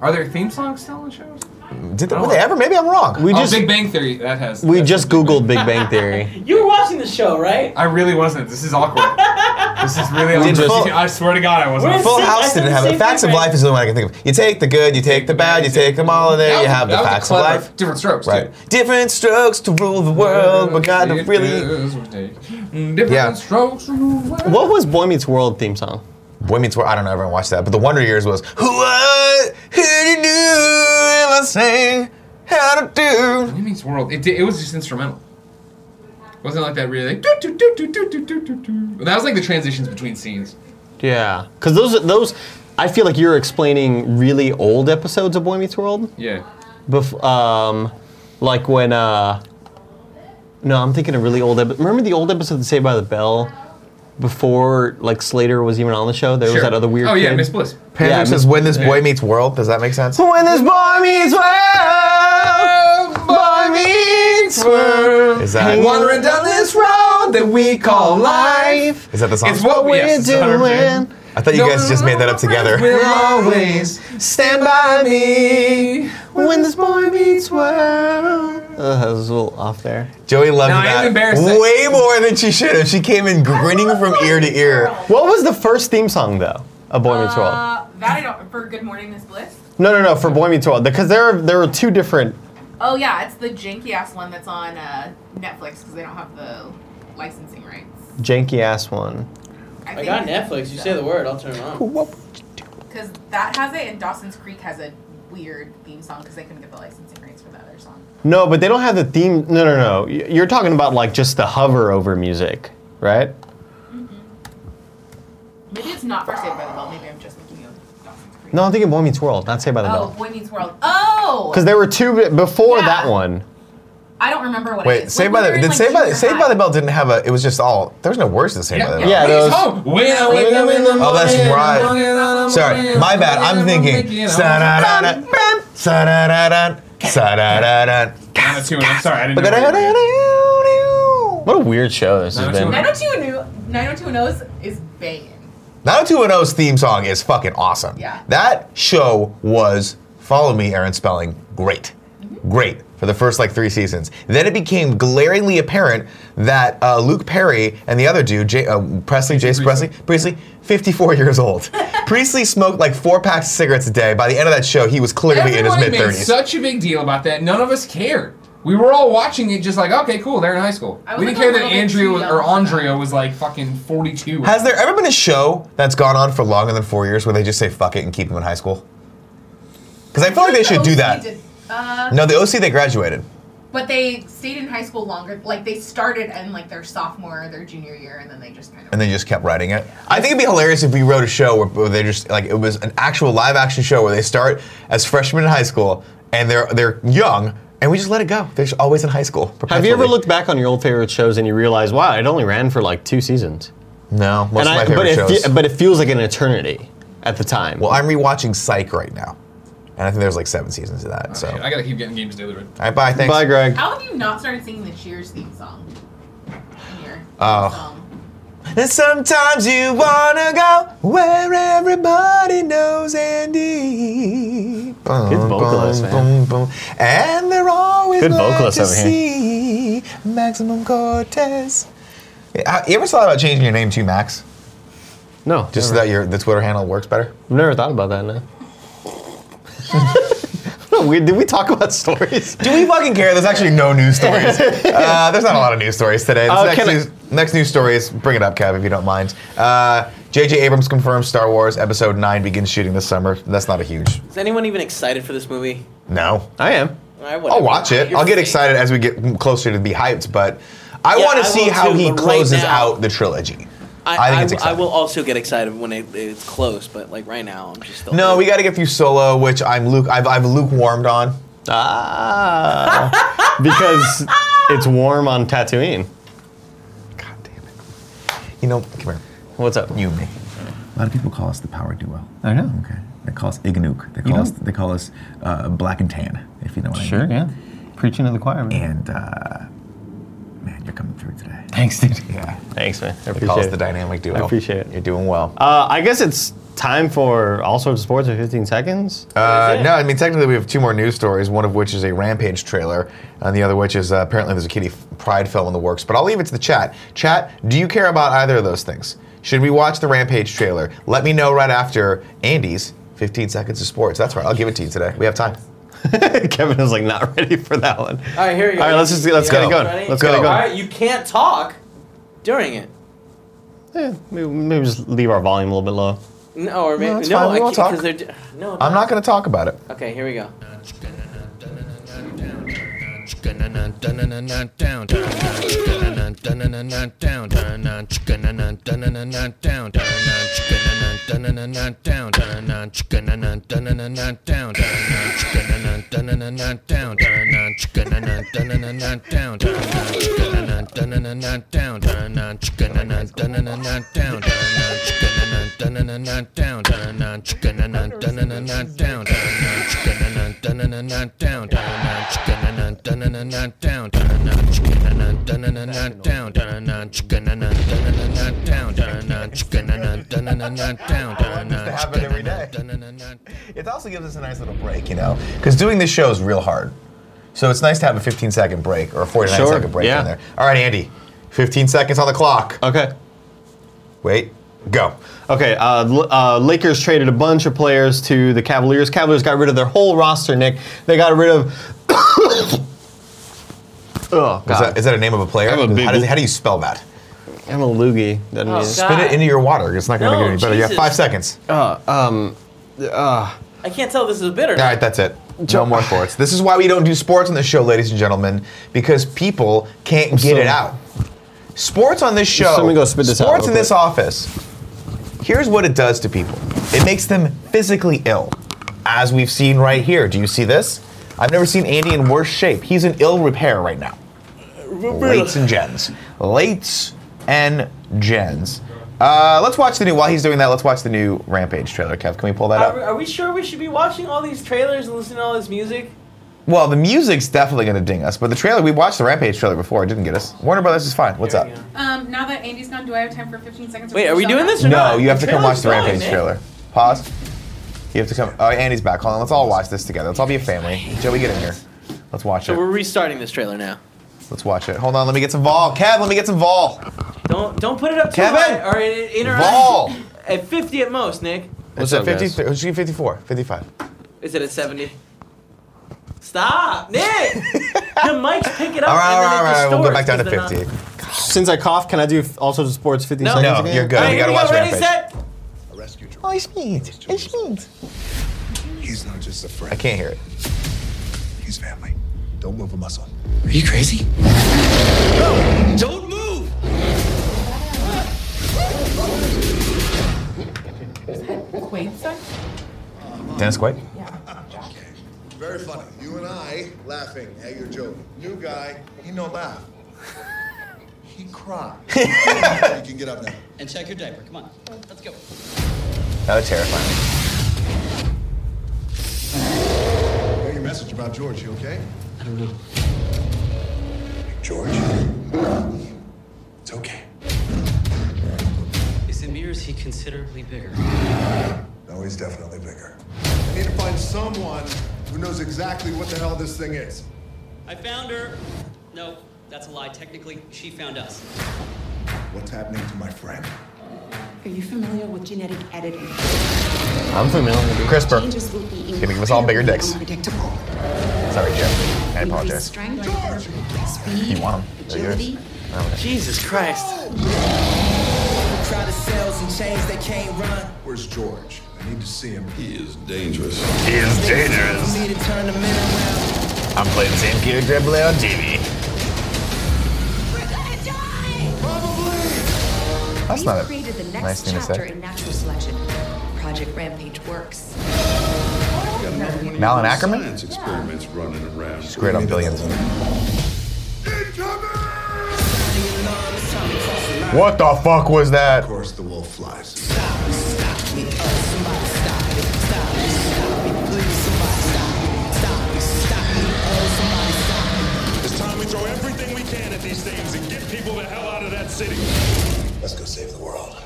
[SPEAKER 4] Are there theme songs still in shows?
[SPEAKER 2] Did they, were they ever? Maybe I'm wrong.
[SPEAKER 1] We
[SPEAKER 4] oh,
[SPEAKER 1] just
[SPEAKER 4] Big Bang Theory. That has.
[SPEAKER 1] we
[SPEAKER 4] that's
[SPEAKER 1] just
[SPEAKER 4] Big Bang.
[SPEAKER 1] googled Big Bang Theory.
[SPEAKER 6] You were watching the show, right?
[SPEAKER 4] I really wasn't. This is awkward. this is really awkward.
[SPEAKER 2] just-
[SPEAKER 4] I swear to God, I wasn't.
[SPEAKER 6] Where's
[SPEAKER 2] Full
[SPEAKER 6] Same- I
[SPEAKER 2] House
[SPEAKER 6] said
[SPEAKER 2] didn't
[SPEAKER 6] the
[SPEAKER 2] have it.
[SPEAKER 6] same
[SPEAKER 2] Facts
[SPEAKER 6] thing,
[SPEAKER 2] of
[SPEAKER 6] right?
[SPEAKER 2] Life is the only one I can think of. You take the good, you take the bad, you take them all in
[SPEAKER 4] That
[SPEAKER 2] there. You
[SPEAKER 4] was-
[SPEAKER 2] have the
[SPEAKER 4] that was a
[SPEAKER 2] facts of
[SPEAKER 4] clever-
[SPEAKER 2] life.
[SPEAKER 4] Different strokes.
[SPEAKER 2] Right.
[SPEAKER 4] too.
[SPEAKER 2] Different strokes to rule the world, but God
[SPEAKER 4] It
[SPEAKER 2] really.
[SPEAKER 4] is what they- Different
[SPEAKER 2] Yeah.
[SPEAKER 4] strokes.
[SPEAKER 1] What was Boy Meets World theme song?
[SPEAKER 2] Boy Meets World. I don't know. Everyone watched that, but the Wonder Years was what here to do? Am I saying how to do?
[SPEAKER 4] What means world? It, di- it was just instrumental. Wasn't like that really. Like, do, do, do, do, do, do, do, do. That was like the transitions between scenes.
[SPEAKER 1] Yeah, because those those I feel like you're explaining really old episodes of Boy Meets World.
[SPEAKER 4] Yeah.
[SPEAKER 1] Bef- um, like when uh, no, I'm thinking of really old. Epi- remember the old episode of Saved by the Bell before like Slater was even on the show. There was
[SPEAKER 4] Sure.
[SPEAKER 1] that other weird.
[SPEAKER 4] Oh yeah,
[SPEAKER 1] kid?
[SPEAKER 4] Miss Bliss.
[SPEAKER 2] Panther
[SPEAKER 1] Yeah,
[SPEAKER 2] says,
[SPEAKER 1] Miss-
[SPEAKER 2] "When this boy meets world." Does that make sense?
[SPEAKER 1] When this boy meets world, boy meets world.
[SPEAKER 2] Is that-
[SPEAKER 4] Wandering down this road that we call life.
[SPEAKER 2] Is that the song?
[SPEAKER 4] It's what we're
[SPEAKER 1] We're doing.
[SPEAKER 2] I thought you guys just made that up together.
[SPEAKER 4] We'll always
[SPEAKER 1] Stand by me when this boy meets world. Uh, that was a little off there.
[SPEAKER 2] Joey loved
[SPEAKER 4] No, I am
[SPEAKER 2] that
[SPEAKER 4] embarrassed that-
[SPEAKER 2] way more than she should have. She came in grinning from ear to ear.
[SPEAKER 1] What was the first theme song though? Of Boy Meets World.
[SPEAKER 5] Uh, that I don't. For Good Morning Miss Bliss.
[SPEAKER 1] No, no, no. For Boy Meets World, because there are there are two different.
[SPEAKER 5] Oh yeah, it's the janky ass one that's on uh, Netflix because they don't have the licensing rights.
[SPEAKER 1] janky ass one.
[SPEAKER 6] I got Netflix. You say the word, I'll turn it on.
[SPEAKER 5] Because that has it, and Dawson's Creek has a weird theme song because they couldn't get the licensing rights for that other song.
[SPEAKER 1] No, but they don't have the theme. No, no, no. Y- You're talking about like just the hover over music, right?
[SPEAKER 5] Maybe it's not for Saved by the Bell. Maybe I'm just thinking of Dawson's Creek.
[SPEAKER 1] No, I'm thinking Boy Meets World, not Say by the
[SPEAKER 5] Oh,
[SPEAKER 1] Bell.
[SPEAKER 5] Boy Meets World. Oh.
[SPEAKER 1] Because there were two b- before
[SPEAKER 5] Yeah.
[SPEAKER 1] that one.
[SPEAKER 5] I don't remember what it
[SPEAKER 2] Wait,
[SPEAKER 5] is.
[SPEAKER 2] Saved by
[SPEAKER 5] Like, we
[SPEAKER 2] the
[SPEAKER 5] were in,
[SPEAKER 2] did
[SPEAKER 5] like,
[SPEAKER 2] Saved by
[SPEAKER 5] junior
[SPEAKER 2] Saved by
[SPEAKER 5] high.
[SPEAKER 2] the Bell didn't have a. It was just all. There was no words to Saved by the Bell.
[SPEAKER 1] Yeah, those-
[SPEAKER 4] Oh, when I wake up in the morning.
[SPEAKER 2] Oh, that's right.
[SPEAKER 4] I'm waking up, I'm
[SPEAKER 2] Sorry,
[SPEAKER 4] waking
[SPEAKER 2] my
[SPEAKER 4] up,
[SPEAKER 2] bad. I'm thinking.
[SPEAKER 4] waking up.
[SPEAKER 2] sa-da-da-da, sa-da-da-da, sa-da-da-da.
[SPEAKER 4] Nine oh two, and I'm sorry, I didn't. know where you were.
[SPEAKER 2] Ba-da-da-da-da-da.
[SPEAKER 1] What a weird show this has been.
[SPEAKER 5] 90210 90210 is banging.
[SPEAKER 2] 90210's theme song is fucking awesome.
[SPEAKER 5] Yeah.
[SPEAKER 2] That show was, follow me, Aaron Spelling, great.
[SPEAKER 4] Mm-hmm.
[SPEAKER 2] Great for the first like three seasons. Then it became glaringly apparent that uh, Luke Perry and the other dude, J- uh, Presley, Jason Presley,
[SPEAKER 4] Priestley.
[SPEAKER 2] Priestley, 54 years old. Priestley smoked like four packs of cigarettes a day. By the end of that show, he was clearly in his
[SPEAKER 4] Everyone
[SPEAKER 2] mid
[SPEAKER 4] made
[SPEAKER 2] 30s.
[SPEAKER 4] such a big deal about that. None of us cared. We were all watching it, just like, okay, cool. They're in high school.
[SPEAKER 5] I was,
[SPEAKER 4] We didn't
[SPEAKER 5] like, a
[SPEAKER 4] care that
[SPEAKER 5] little bit
[SPEAKER 4] Andrea
[SPEAKER 5] too
[SPEAKER 4] was,
[SPEAKER 5] young
[SPEAKER 4] or
[SPEAKER 5] for that.
[SPEAKER 4] Andrea was like fucking forty-two.
[SPEAKER 2] Has there ever been a show that's gone on for longer than four years where they just say fuck it and keep them in high school? Because I feel like they should do
[SPEAKER 5] OC
[SPEAKER 2] that.
[SPEAKER 5] did- uh,
[SPEAKER 2] No, the OC they graduated.
[SPEAKER 5] But they stayed in high school longer. Like they started in like their sophomore, or their junior year, and then they just kind of.
[SPEAKER 2] and they just kept writing it. I think it'd be hilarious if we wrote a show where, where they just like it was an actual live action show where they start as freshmen in high school and they're they're young and we just let it go. They're just always in high school.
[SPEAKER 1] Have you ever
[SPEAKER 2] perpetually.
[SPEAKER 1] looked back on your old favorite shows and you realize, wow, it only ran for like two seasons?
[SPEAKER 2] No,
[SPEAKER 1] and
[SPEAKER 2] most of my
[SPEAKER 1] I, but,
[SPEAKER 2] favorite
[SPEAKER 1] it fe-
[SPEAKER 2] shows.
[SPEAKER 1] but it feels like an eternity at the time.
[SPEAKER 2] well, I'm rewatching Psych right now, and I think there's like seven seasons of that. so,
[SPEAKER 4] Oh, I gotta keep getting games delivered.
[SPEAKER 2] all right, bye. Thanks.
[SPEAKER 1] Bye, Greg.
[SPEAKER 5] How have you not started singing the Cheers theme song? In your
[SPEAKER 2] Oh.
[SPEAKER 5] song?
[SPEAKER 2] And sometimes you wanna go where everybody knows Andy. Boom,
[SPEAKER 1] Good vocalist, man.
[SPEAKER 2] boom. And they're always
[SPEAKER 1] Good
[SPEAKER 2] glad
[SPEAKER 1] vocalist
[SPEAKER 2] to
[SPEAKER 1] over here.
[SPEAKER 2] see Maximum Cortez. Yeah, You ever thought about changing your name to Max?
[SPEAKER 1] No,
[SPEAKER 2] Just so
[SPEAKER 1] never.
[SPEAKER 2] that your the Twitter handle works better.
[SPEAKER 1] I've never thought about that. No. No, we- did we talk about stories?
[SPEAKER 2] Do we fucking care? There's actually no news stories. Uh, there's not a lot of news stories today. This
[SPEAKER 1] Uh,
[SPEAKER 2] next,
[SPEAKER 1] can I-
[SPEAKER 2] news, next news story is bring it up, Kev, if you don't mind. Uh, J.J. Abrams confirms Star Wars Episode 9 begins shooting this summer. That's not a huge.
[SPEAKER 3] Is anyone even excited for this movie?
[SPEAKER 2] No.
[SPEAKER 1] I am.
[SPEAKER 3] All right, whatever.
[SPEAKER 2] I'll watch it.
[SPEAKER 3] You're
[SPEAKER 2] I'll get
[SPEAKER 3] fake.
[SPEAKER 2] excited as we get closer to be hyped, but I
[SPEAKER 3] Yeah,
[SPEAKER 2] want
[SPEAKER 3] I
[SPEAKER 2] to see
[SPEAKER 3] will
[SPEAKER 2] how
[SPEAKER 3] too,
[SPEAKER 2] he
[SPEAKER 3] but right
[SPEAKER 2] closes
[SPEAKER 3] now-
[SPEAKER 2] out the trilogy. I
[SPEAKER 3] I,
[SPEAKER 2] think
[SPEAKER 3] I
[SPEAKER 2] it's
[SPEAKER 3] w- I
[SPEAKER 2] exciting.
[SPEAKER 3] will also get excited when it, it's close, but like right now, I'm just still.
[SPEAKER 2] No, we got to get through Solo, which I'm Luke. I've I've lukewarmed on.
[SPEAKER 1] Ah, because it's warm on Tatooine.
[SPEAKER 2] God damn it! You know, come here.
[SPEAKER 1] What's up?
[SPEAKER 2] You and me. A lot of people call us the power duo.
[SPEAKER 8] I know.
[SPEAKER 2] Okay, they call us Ignook. They
[SPEAKER 8] call us-
[SPEAKER 2] They call us uh, Black and Tan, if you know what
[SPEAKER 8] Sure, yeah. Preaching to the choir, man.
[SPEAKER 2] And uh, man, you're coming through today.
[SPEAKER 8] Thanks, dude.
[SPEAKER 2] Yeah.
[SPEAKER 1] Thanks, man. I
[SPEAKER 2] They call
[SPEAKER 1] appreciate
[SPEAKER 2] us the
[SPEAKER 1] it.
[SPEAKER 2] dynamic duo.
[SPEAKER 1] I appreciate it.
[SPEAKER 2] You're doing well.
[SPEAKER 1] Uh, I guess it's time for all sorts of sports in 15 seconds.
[SPEAKER 2] Uh, no, I mean technically we have two more news stories. One of which is a Rampage trailer, and the other which is uh, apparently there's a Kitty Pride film in the works. But I'll leave it to the chat. Chat, do you care about either of those things? Should we watch the Rampage trailer? Let me know right after Andy's 15 seconds of sports. That's right. I'll give it to you today. We have time.
[SPEAKER 1] Kevin is like not ready for that one.
[SPEAKER 3] All right, here you go.
[SPEAKER 1] All right, let's just let's get it
[SPEAKER 2] Go.
[SPEAKER 1] going.
[SPEAKER 3] Ready?
[SPEAKER 1] Let's
[SPEAKER 2] Go.
[SPEAKER 1] get it
[SPEAKER 3] All
[SPEAKER 1] going.
[SPEAKER 3] right, you can't talk during it.
[SPEAKER 1] Eh, maybe, maybe just leave our volume a little bit low.
[SPEAKER 3] No, or maybe
[SPEAKER 2] it's
[SPEAKER 3] no,
[SPEAKER 2] fine, we
[SPEAKER 3] I
[SPEAKER 2] won't
[SPEAKER 3] can't
[SPEAKER 2] talk.
[SPEAKER 3] because they're. d- No,
[SPEAKER 2] I'm not going to talk about it.
[SPEAKER 3] Okay, here we go.
[SPEAKER 2] happen every day. It also gives us a nice little break, you know, because doing this show is real hard. So it's nice to have a 15 second break or a 49 second
[SPEAKER 1] Sure,
[SPEAKER 2] break
[SPEAKER 1] yeah.
[SPEAKER 2] in there. All right, Andy, 15 seconds on the clock.
[SPEAKER 1] Okay.
[SPEAKER 2] Wait, go.
[SPEAKER 1] Okay, uh, L- uh, Lakers traded a bunch of players to the Cavaliers. Cavaliers got rid of their whole roster, Nick. They got rid of. oh,
[SPEAKER 2] Is
[SPEAKER 1] God.
[SPEAKER 2] that, is that a name of a player?
[SPEAKER 1] I'm a big-
[SPEAKER 2] how, does, how do you spell that?
[SPEAKER 1] I'm a loogie. That
[SPEAKER 3] Oh,
[SPEAKER 1] means-
[SPEAKER 3] God.
[SPEAKER 2] Spit it into your water. It's not going to
[SPEAKER 3] No,
[SPEAKER 2] get any better. You have
[SPEAKER 3] Jesus.
[SPEAKER 2] five seconds. All
[SPEAKER 3] I can't tell if this is bitter.
[SPEAKER 2] right, that's it. No more sports. This is why we don't do sports on this show, ladies and gentlemen, because people can't get
[SPEAKER 1] So-
[SPEAKER 2] it out. Sports on this show.
[SPEAKER 1] Someone go spit this out
[SPEAKER 2] sports
[SPEAKER 1] real
[SPEAKER 2] in this
[SPEAKER 1] quick.
[SPEAKER 2] office. Here's what it does to people. It makes them physically ill, as we've seen right here. Do you see this? I've never seen Andy in worse shape. He's in ill repair right now. Lates and gens. Lates and gens. Uh, let's watch the new. While he's doing that, let's watch the new Rampage trailer. Kev, can we pull that
[SPEAKER 6] Are,
[SPEAKER 2] up?
[SPEAKER 6] are we sure we should be watching all these trailers and listening to all this music?
[SPEAKER 2] Well, the music's definitely going to ding us, but the trailer we watched the Rampage trailer before. It didn't get us. Warner Brothers is fine. What's
[SPEAKER 6] There
[SPEAKER 2] up?
[SPEAKER 6] we go.
[SPEAKER 5] Um, now that Andy's gone, do I have time for 15 seconds? of
[SPEAKER 6] Wait, are we
[SPEAKER 5] push-up?
[SPEAKER 6] doing this or
[SPEAKER 2] No,
[SPEAKER 6] not?
[SPEAKER 2] you have to come
[SPEAKER 6] trailer's
[SPEAKER 2] watch the
[SPEAKER 6] going,
[SPEAKER 2] Rampage
[SPEAKER 6] man.
[SPEAKER 2] trailer. Pause. You have to come. Oh, Andy's back. Hold on. Let's all watch this together. Let's all be a family. Joey, get in here. Let's watch
[SPEAKER 3] So we're
[SPEAKER 2] it.
[SPEAKER 3] restarting this trailer now.
[SPEAKER 2] Let's watch it. Hold on. Let me get some Vol. Kev, let me get some Vol.
[SPEAKER 6] Don't don't put it up too
[SPEAKER 2] Kevin!
[SPEAKER 6] high or it, it interacts
[SPEAKER 2] Vol.
[SPEAKER 6] at 50 at most, Nick.
[SPEAKER 1] What's
[SPEAKER 2] It's at
[SPEAKER 1] up, guys?
[SPEAKER 2] 53, it's at 54, 55.
[SPEAKER 6] Is it at 70? Stop, Nick! the mics pick it up.
[SPEAKER 2] All right,
[SPEAKER 6] and
[SPEAKER 2] all right, all
[SPEAKER 6] then it
[SPEAKER 2] right. We'll go back down to
[SPEAKER 6] distorts
[SPEAKER 2] 50.
[SPEAKER 9] Since I cough, can I do f- also just sports 15
[SPEAKER 6] No.
[SPEAKER 9] seconds
[SPEAKER 2] No,
[SPEAKER 9] again?
[SPEAKER 2] you're good.
[SPEAKER 6] All right,
[SPEAKER 2] we
[SPEAKER 6] here
[SPEAKER 2] gotta
[SPEAKER 6] we
[SPEAKER 2] watch
[SPEAKER 6] go. Ready,
[SPEAKER 2] Rampage.
[SPEAKER 6] set.
[SPEAKER 2] Oh, it's me. It's me.
[SPEAKER 10] He's not just a friend.
[SPEAKER 2] I can't hear it.
[SPEAKER 10] He's family. Don't move a muscle.
[SPEAKER 7] Are you crazy?
[SPEAKER 10] Don't move!
[SPEAKER 5] Quaid stuff?
[SPEAKER 2] Dennis Quaid?
[SPEAKER 10] Very funny. You and I laughing at your joke. New guy, he no laugh. He cried. you can get up now.
[SPEAKER 7] And check your diaper. Come on. Let's go.
[SPEAKER 2] That was terrifying.
[SPEAKER 10] Got your message about George, you okay?
[SPEAKER 7] I don't know.
[SPEAKER 10] George? It's okay.
[SPEAKER 7] Is it me or is he considerably bigger?
[SPEAKER 10] No, he's definitely bigger. I need to find someone who knows exactly what the hell this thing is.
[SPEAKER 7] I found her. No, that's a lie. Technically, she found us.
[SPEAKER 10] What's happening to my friend?
[SPEAKER 11] Are you familiar with genetic editing?
[SPEAKER 1] I'm familiar.
[SPEAKER 2] CRISPR.
[SPEAKER 11] Changes will be
[SPEAKER 2] Gonna give us all bigger dicks.
[SPEAKER 11] Unpredictable.
[SPEAKER 2] Sorry, Jim. I
[SPEAKER 11] Increased
[SPEAKER 2] apologize.
[SPEAKER 11] strength,
[SPEAKER 10] George!
[SPEAKER 11] speed,
[SPEAKER 2] You want 'em. They're yours.
[SPEAKER 11] agility.
[SPEAKER 6] Jesus Christ.
[SPEAKER 10] Where's George? I need to see him. He is dangerous.
[SPEAKER 2] Is dangerous. I'm playing the same character I play on TV.
[SPEAKER 11] We're gonna die!
[SPEAKER 2] That's
[SPEAKER 11] We've
[SPEAKER 2] not a
[SPEAKER 11] created the next
[SPEAKER 2] nice thing to
[SPEAKER 11] chapter
[SPEAKER 2] say.
[SPEAKER 11] in natural selection. Project Rampage works.
[SPEAKER 2] Malin Ackerman?
[SPEAKER 10] Science experiments running around. He's
[SPEAKER 2] great on Billions. What the fuck was that?
[SPEAKER 10] Of course, the wolf flies.
[SPEAKER 7] It's time we throw everything we can at these things and get people the hell out of that city.
[SPEAKER 10] Let's go save the world.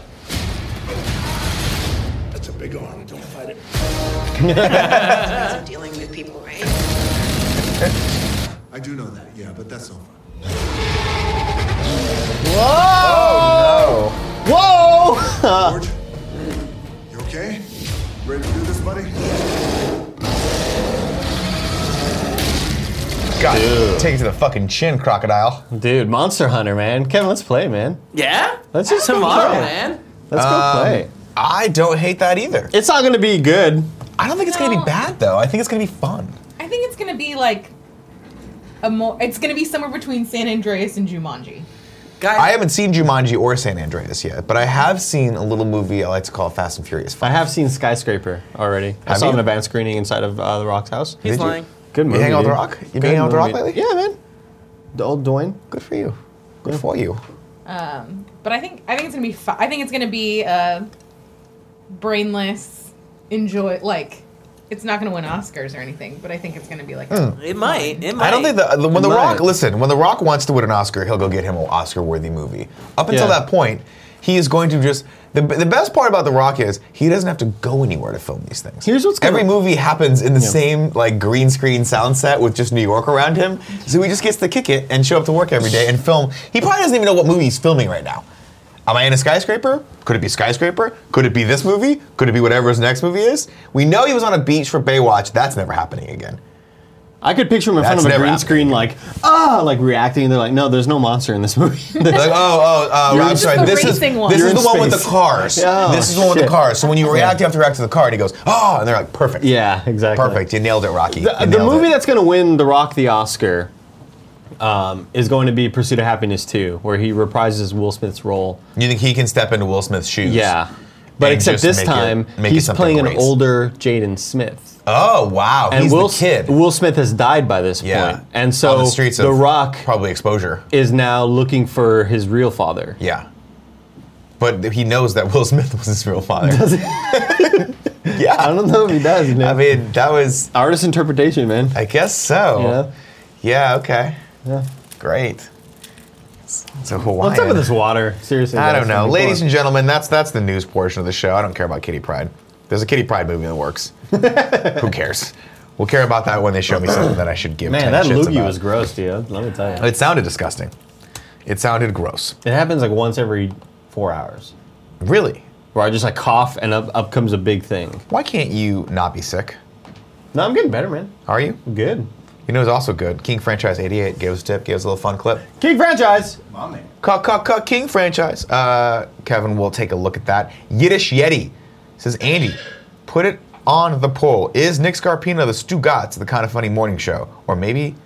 [SPEAKER 10] That's a big arm. Don't fight it.
[SPEAKER 11] Dealing with people, right?
[SPEAKER 10] I do know that, yeah, but that's over.
[SPEAKER 2] Oh no.
[SPEAKER 1] Oh!
[SPEAKER 9] Whoa!
[SPEAKER 10] George, you okay? Ready to do this, buddy?
[SPEAKER 2] God, take it to the fucking chin, crocodile.
[SPEAKER 1] Dude, Monster Hunter, man. Kevin, let's play, man.
[SPEAKER 3] Yeah?
[SPEAKER 1] Let's just go
[SPEAKER 3] Tomorrow,
[SPEAKER 1] play.
[SPEAKER 3] man.
[SPEAKER 1] Let's go
[SPEAKER 2] Um,
[SPEAKER 1] play.
[SPEAKER 2] I don't hate that either.
[SPEAKER 1] It's not gonna be good.
[SPEAKER 2] I don't think it's gonna be
[SPEAKER 5] No.
[SPEAKER 2] bad though. I think it's gonna be fun.
[SPEAKER 5] I think it's gonna be like a more. It's gonna be somewhere between San Andreas and Jumanji.
[SPEAKER 3] Guys,
[SPEAKER 2] I haven't seen Jumanji or San Andreas yet, but I have seen a little movie I like to call Fast and Furious.
[SPEAKER 1] I have seen Skyscraper already. I
[SPEAKER 2] Have
[SPEAKER 1] saw
[SPEAKER 2] you?
[SPEAKER 1] an advanced screening inside of uh, The Rock's house.
[SPEAKER 2] Did
[SPEAKER 3] he's
[SPEAKER 2] you-
[SPEAKER 3] lying.
[SPEAKER 1] Good movie.
[SPEAKER 2] hang out with The
[SPEAKER 1] dude.
[SPEAKER 2] Rock? You been
[SPEAKER 1] Good
[SPEAKER 2] hanging out with The Rock
[SPEAKER 1] movie.
[SPEAKER 2] lately?
[SPEAKER 1] Yeah, man. The old Dwayne.
[SPEAKER 2] Good for you. Good for you.
[SPEAKER 5] Um, But I think I think it's gonna be. Fu- I think it's gonna be uh, brainless. Enjoy like. It's not gonna win Oscars or anything, but I think it's gonna be like.
[SPEAKER 6] It might. It might.
[SPEAKER 2] I don't think the, the when The
[SPEAKER 1] Right.
[SPEAKER 2] Rock listen when The Rock wants to win an Oscar, he'll go get him an Oscar-worthy movie. Up until
[SPEAKER 1] Yeah.
[SPEAKER 2] that point, he is going to just the, the best part about The Rock is he doesn't have to go anywhere to film these things.
[SPEAKER 1] Here's what's
[SPEAKER 2] every
[SPEAKER 1] gonna-
[SPEAKER 2] movie happens in the same like green screen sound set with just New York around him, so he just gets to kick it and show up to work every day and film. He probably doesn't even know what movie he's filming right now. Am I in a skyscraper? Could it be skyscraper? Could it be this movie? Could it be whatever his next movie is? We know he was on a beach for Baywatch. That's never happening again.
[SPEAKER 1] I could picture him in front
[SPEAKER 2] That's
[SPEAKER 1] of a
[SPEAKER 2] never
[SPEAKER 1] green
[SPEAKER 2] happened.
[SPEAKER 1] screen, like ah, like reacting. They're like, no, there's no monster in this movie.
[SPEAKER 2] They're like, oh, oh, uh,
[SPEAKER 1] You're
[SPEAKER 2] Rob,
[SPEAKER 1] just
[SPEAKER 2] sorry.
[SPEAKER 5] the
[SPEAKER 2] This is,
[SPEAKER 5] racing one.
[SPEAKER 2] this
[SPEAKER 1] You're
[SPEAKER 2] is
[SPEAKER 1] in
[SPEAKER 2] the one with
[SPEAKER 1] space.
[SPEAKER 2] the cars.
[SPEAKER 1] Yeah.
[SPEAKER 2] this is the one with the
[SPEAKER 1] Shit.
[SPEAKER 2] cars. So when you react, you have to react to the car. And he goes, oh, and they're like, perfect.
[SPEAKER 1] yeah, exactly.
[SPEAKER 2] Perfect. You nailed it, Rocky.
[SPEAKER 1] The,
[SPEAKER 2] You
[SPEAKER 1] the
[SPEAKER 2] nailed
[SPEAKER 1] movie
[SPEAKER 2] it.
[SPEAKER 1] that's going to win The Rock the Oscar um, is going to be Pursuit of Happiness 2, where he reprises Will Smith's role.
[SPEAKER 2] You think he can step into Will Smith's shoes?
[SPEAKER 1] Yeah. But
[SPEAKER 2] and
[SPEAKER 1] except
[SPEAKER 2] just
[SPEAKER 1] this
[SPEAKER 2] make it-
[SPEAKER 1] time,
[SPEAKER 2] make it
[SPEAKER 1] he's
[SPEAKER 2] something
[SPEAKER 1] playing an
[SPEAKER 2] great.
[SPEAKER 1] older Jaden Smith.
[SPEAKER 2] Oh wow!
[SPEAKER 1] And
[SPEAKER 2] He's
[SPEAKER 1] Will
[SPEAKER 2] the kid.
[SPEAKER 1] Will Smith has died by this
[SPEAKER 2] Yeah.
[SPEAKER 1] point, and so
[SPEAKER 2] On the streets of
[SPEAKER 1] Rock
[SPEAKER 2] probably exposure
[SPEAKER 1] is now looking for his real father.
[SPEAKER 2] Yeah. But he knows that Will Smith was his real father. Does
[SPEAKER 1] he?
[SPEAKER 2] yeah. I
[SPEAKER 1] don't know if he does, man.
[SPEAKER 2] I mean, that was
[SPEAKER 1] artist interpretation, man.
[SPEAKER 2] I guess so. Yeah, okay.
[SPEAKER 1] Yeah.
[SPEAKER 2] Great. So Hawaiian.
[SPEAKER 1] What's up with this water? Seriously,
[SPEAKER 2] I
[SPEAKER 1] guys,
[SPEAKER 2] don't know.
[SPEAKER 1] come on.
[SPEAKER 2] Ladies and gentlemen, that's that's the news portion of the show. I don't care about Kitty Pride. There's a Kitty Pride movie in the works. Who cares? We'll care about that when they show me something that I should give.
[SPEAKER 1] man,
[SPEAKER 2] 10
[SPEAKER 1] that
[SPEAKER 2] shits
[SPEAKER 1] loogie
[SPEAKER 2] about.
[SPEAKER 1] was gross, dude. Let me tell you,
[SPEAKER 2] It sounded disgusting. It sounded gross.
[SPEAKER 1] It happens like once every four hours.
[SPEAKER 2] Really?
[SPEAKER 1] Where I just like cough and up, up comes a big thing.
[SPEAKER 2] Why can't you not be sick?
[SPEAKER 1] No, I'm getting better, man.
[SPEAKER 2] Are you?
[SPEAKER 1] Good.
[SPEAKER 2] You know, it's also good. King Franchise 88 gave us a tip, gave us a little fun clip.
[SPEAKER 1] King franchise.
[SPEAKER 2] Cock, cock, cock, King franchise. Uh, Kevin will take a look at that. Yiddish Yeti says, Andy, put it on the poll. Is Nick Scarpino the Stu Gatz of the Kind of Funny Morning Show? Or maybe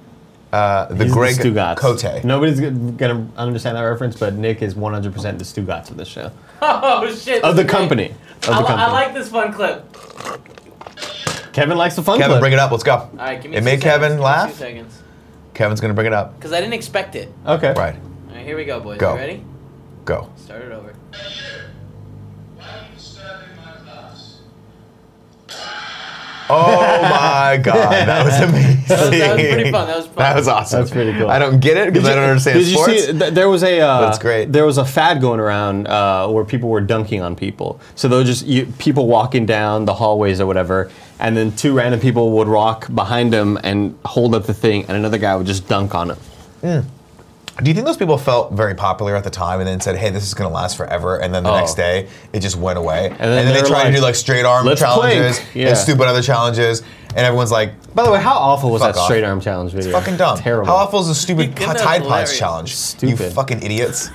[SPEAKER 2] uh, the
[SPEAKER 1] He's
[SPEAKER 2] Greg
[SPEAKER 1] Stu Gatz.
[SPEAKER 2] Cote?
[SPEAKER 1] Nobody's g- gonna understand that reference, but Nick is 100% the Stugatz of this show.
[SPEAKER 6] Oh shit!
[SPEAKER 1] Of the company. Of the
[SPEAKER 6] I, li- I
[SPEAKER 1] company.
[SPEAKER 6] like this fun clip.
[SPEAKER 1] Kevin likes the fun
[SPEAKER 2] Kevin,
[SPEAKER 1] clip.
[SPEAKER 2] bring it up. Let's go.
[SPEAKER 6] All right, give me.
[SPEAKER 2] it
[SPEAKER 6] two
[SPEAKER 2] made
[SPEAKER 6] seconds,
[SPEAKER 2] Kevin
[SPEAKER 6] give me Two
[SPEAKER 2] laugh.
[SPEAKER 6] seconds,
[SPEAKER 2] Kevin's going to bring it up.
[SPEAKER 6] because I didn't expect it.
[SPEAKER 1] Okay.
[SPEAKER 2] Right.
[SPEAKER 6] All right, here we go, boys.
[SPEAKER 2] Go.
[SPEAKER 6] You ready?
[SPEAKER 2] Go.
[SPEAKER 6] Start it over.
[SPEAKER 2] Oh my God, that was amazing.
[SPEAKER 6] That was- that was pretty fun, that was fun.
[SPEAKER 2] That was awesome.
[SPEAKER 1] That's pretty cool.
[SPEAKER 2] I don't get it because I don't understand
[SPEAKER 1] Did you
[SPEAKER 2] sports.
[SPEAKER 1] see? th- there was a. Uh,
[SPEAKER 2] But it's great.
[SPEAKER 1] There was a fad going around uh, where people were dunking on people. So they were just you, people walking down the hallways or whatever, and then two random people would walk behind them and hold up the thing, and another guy would just dunk on him.
[SPEAKER 2] Mm. Do you think those people felt very popular at the time and then said, hey, this is going to last forever? And then the
[SPEAKER 1] Oh.
[SPEAKER 2] next day, it just went away. And
[SPEAKER 1] then
[SPEAKER 2] then,
[SPEAKER 1] they
[SPEAKER 2] they
[SPEAKER 1] were
[SPEAKER 2] tried
[SPEAKER 1] like,
[SPEAKER 2] to do like straight arm
[SPEAKER 1] "Let's
[SPEAKER 2] challenges
[SPEAKER 1] plank." Yeah.
[SPEAKER 2] and stupid other challenges. And everyone's like,
[SPEAKER 1] By the way, how awful was
[SPEAKER 2] Fuck
[SPEAKER 1] that
[SPEAKER 2] off.
[SPEAKER 1] straight arm challenge video?
[SPEAKER 2] fucking dumb.
[SPEAKER 1] Terrible.
[SPEAKER 2] How awful is the stupid
[SPEAKER 1] that was
[SPEAKER 2] Tide Pods
[SPEAKER 1] hilarious.
[SPEAKER 2] challenge? You
[SPEAKER 1] Stupid.
[SPEAKER 2] fucking idiots.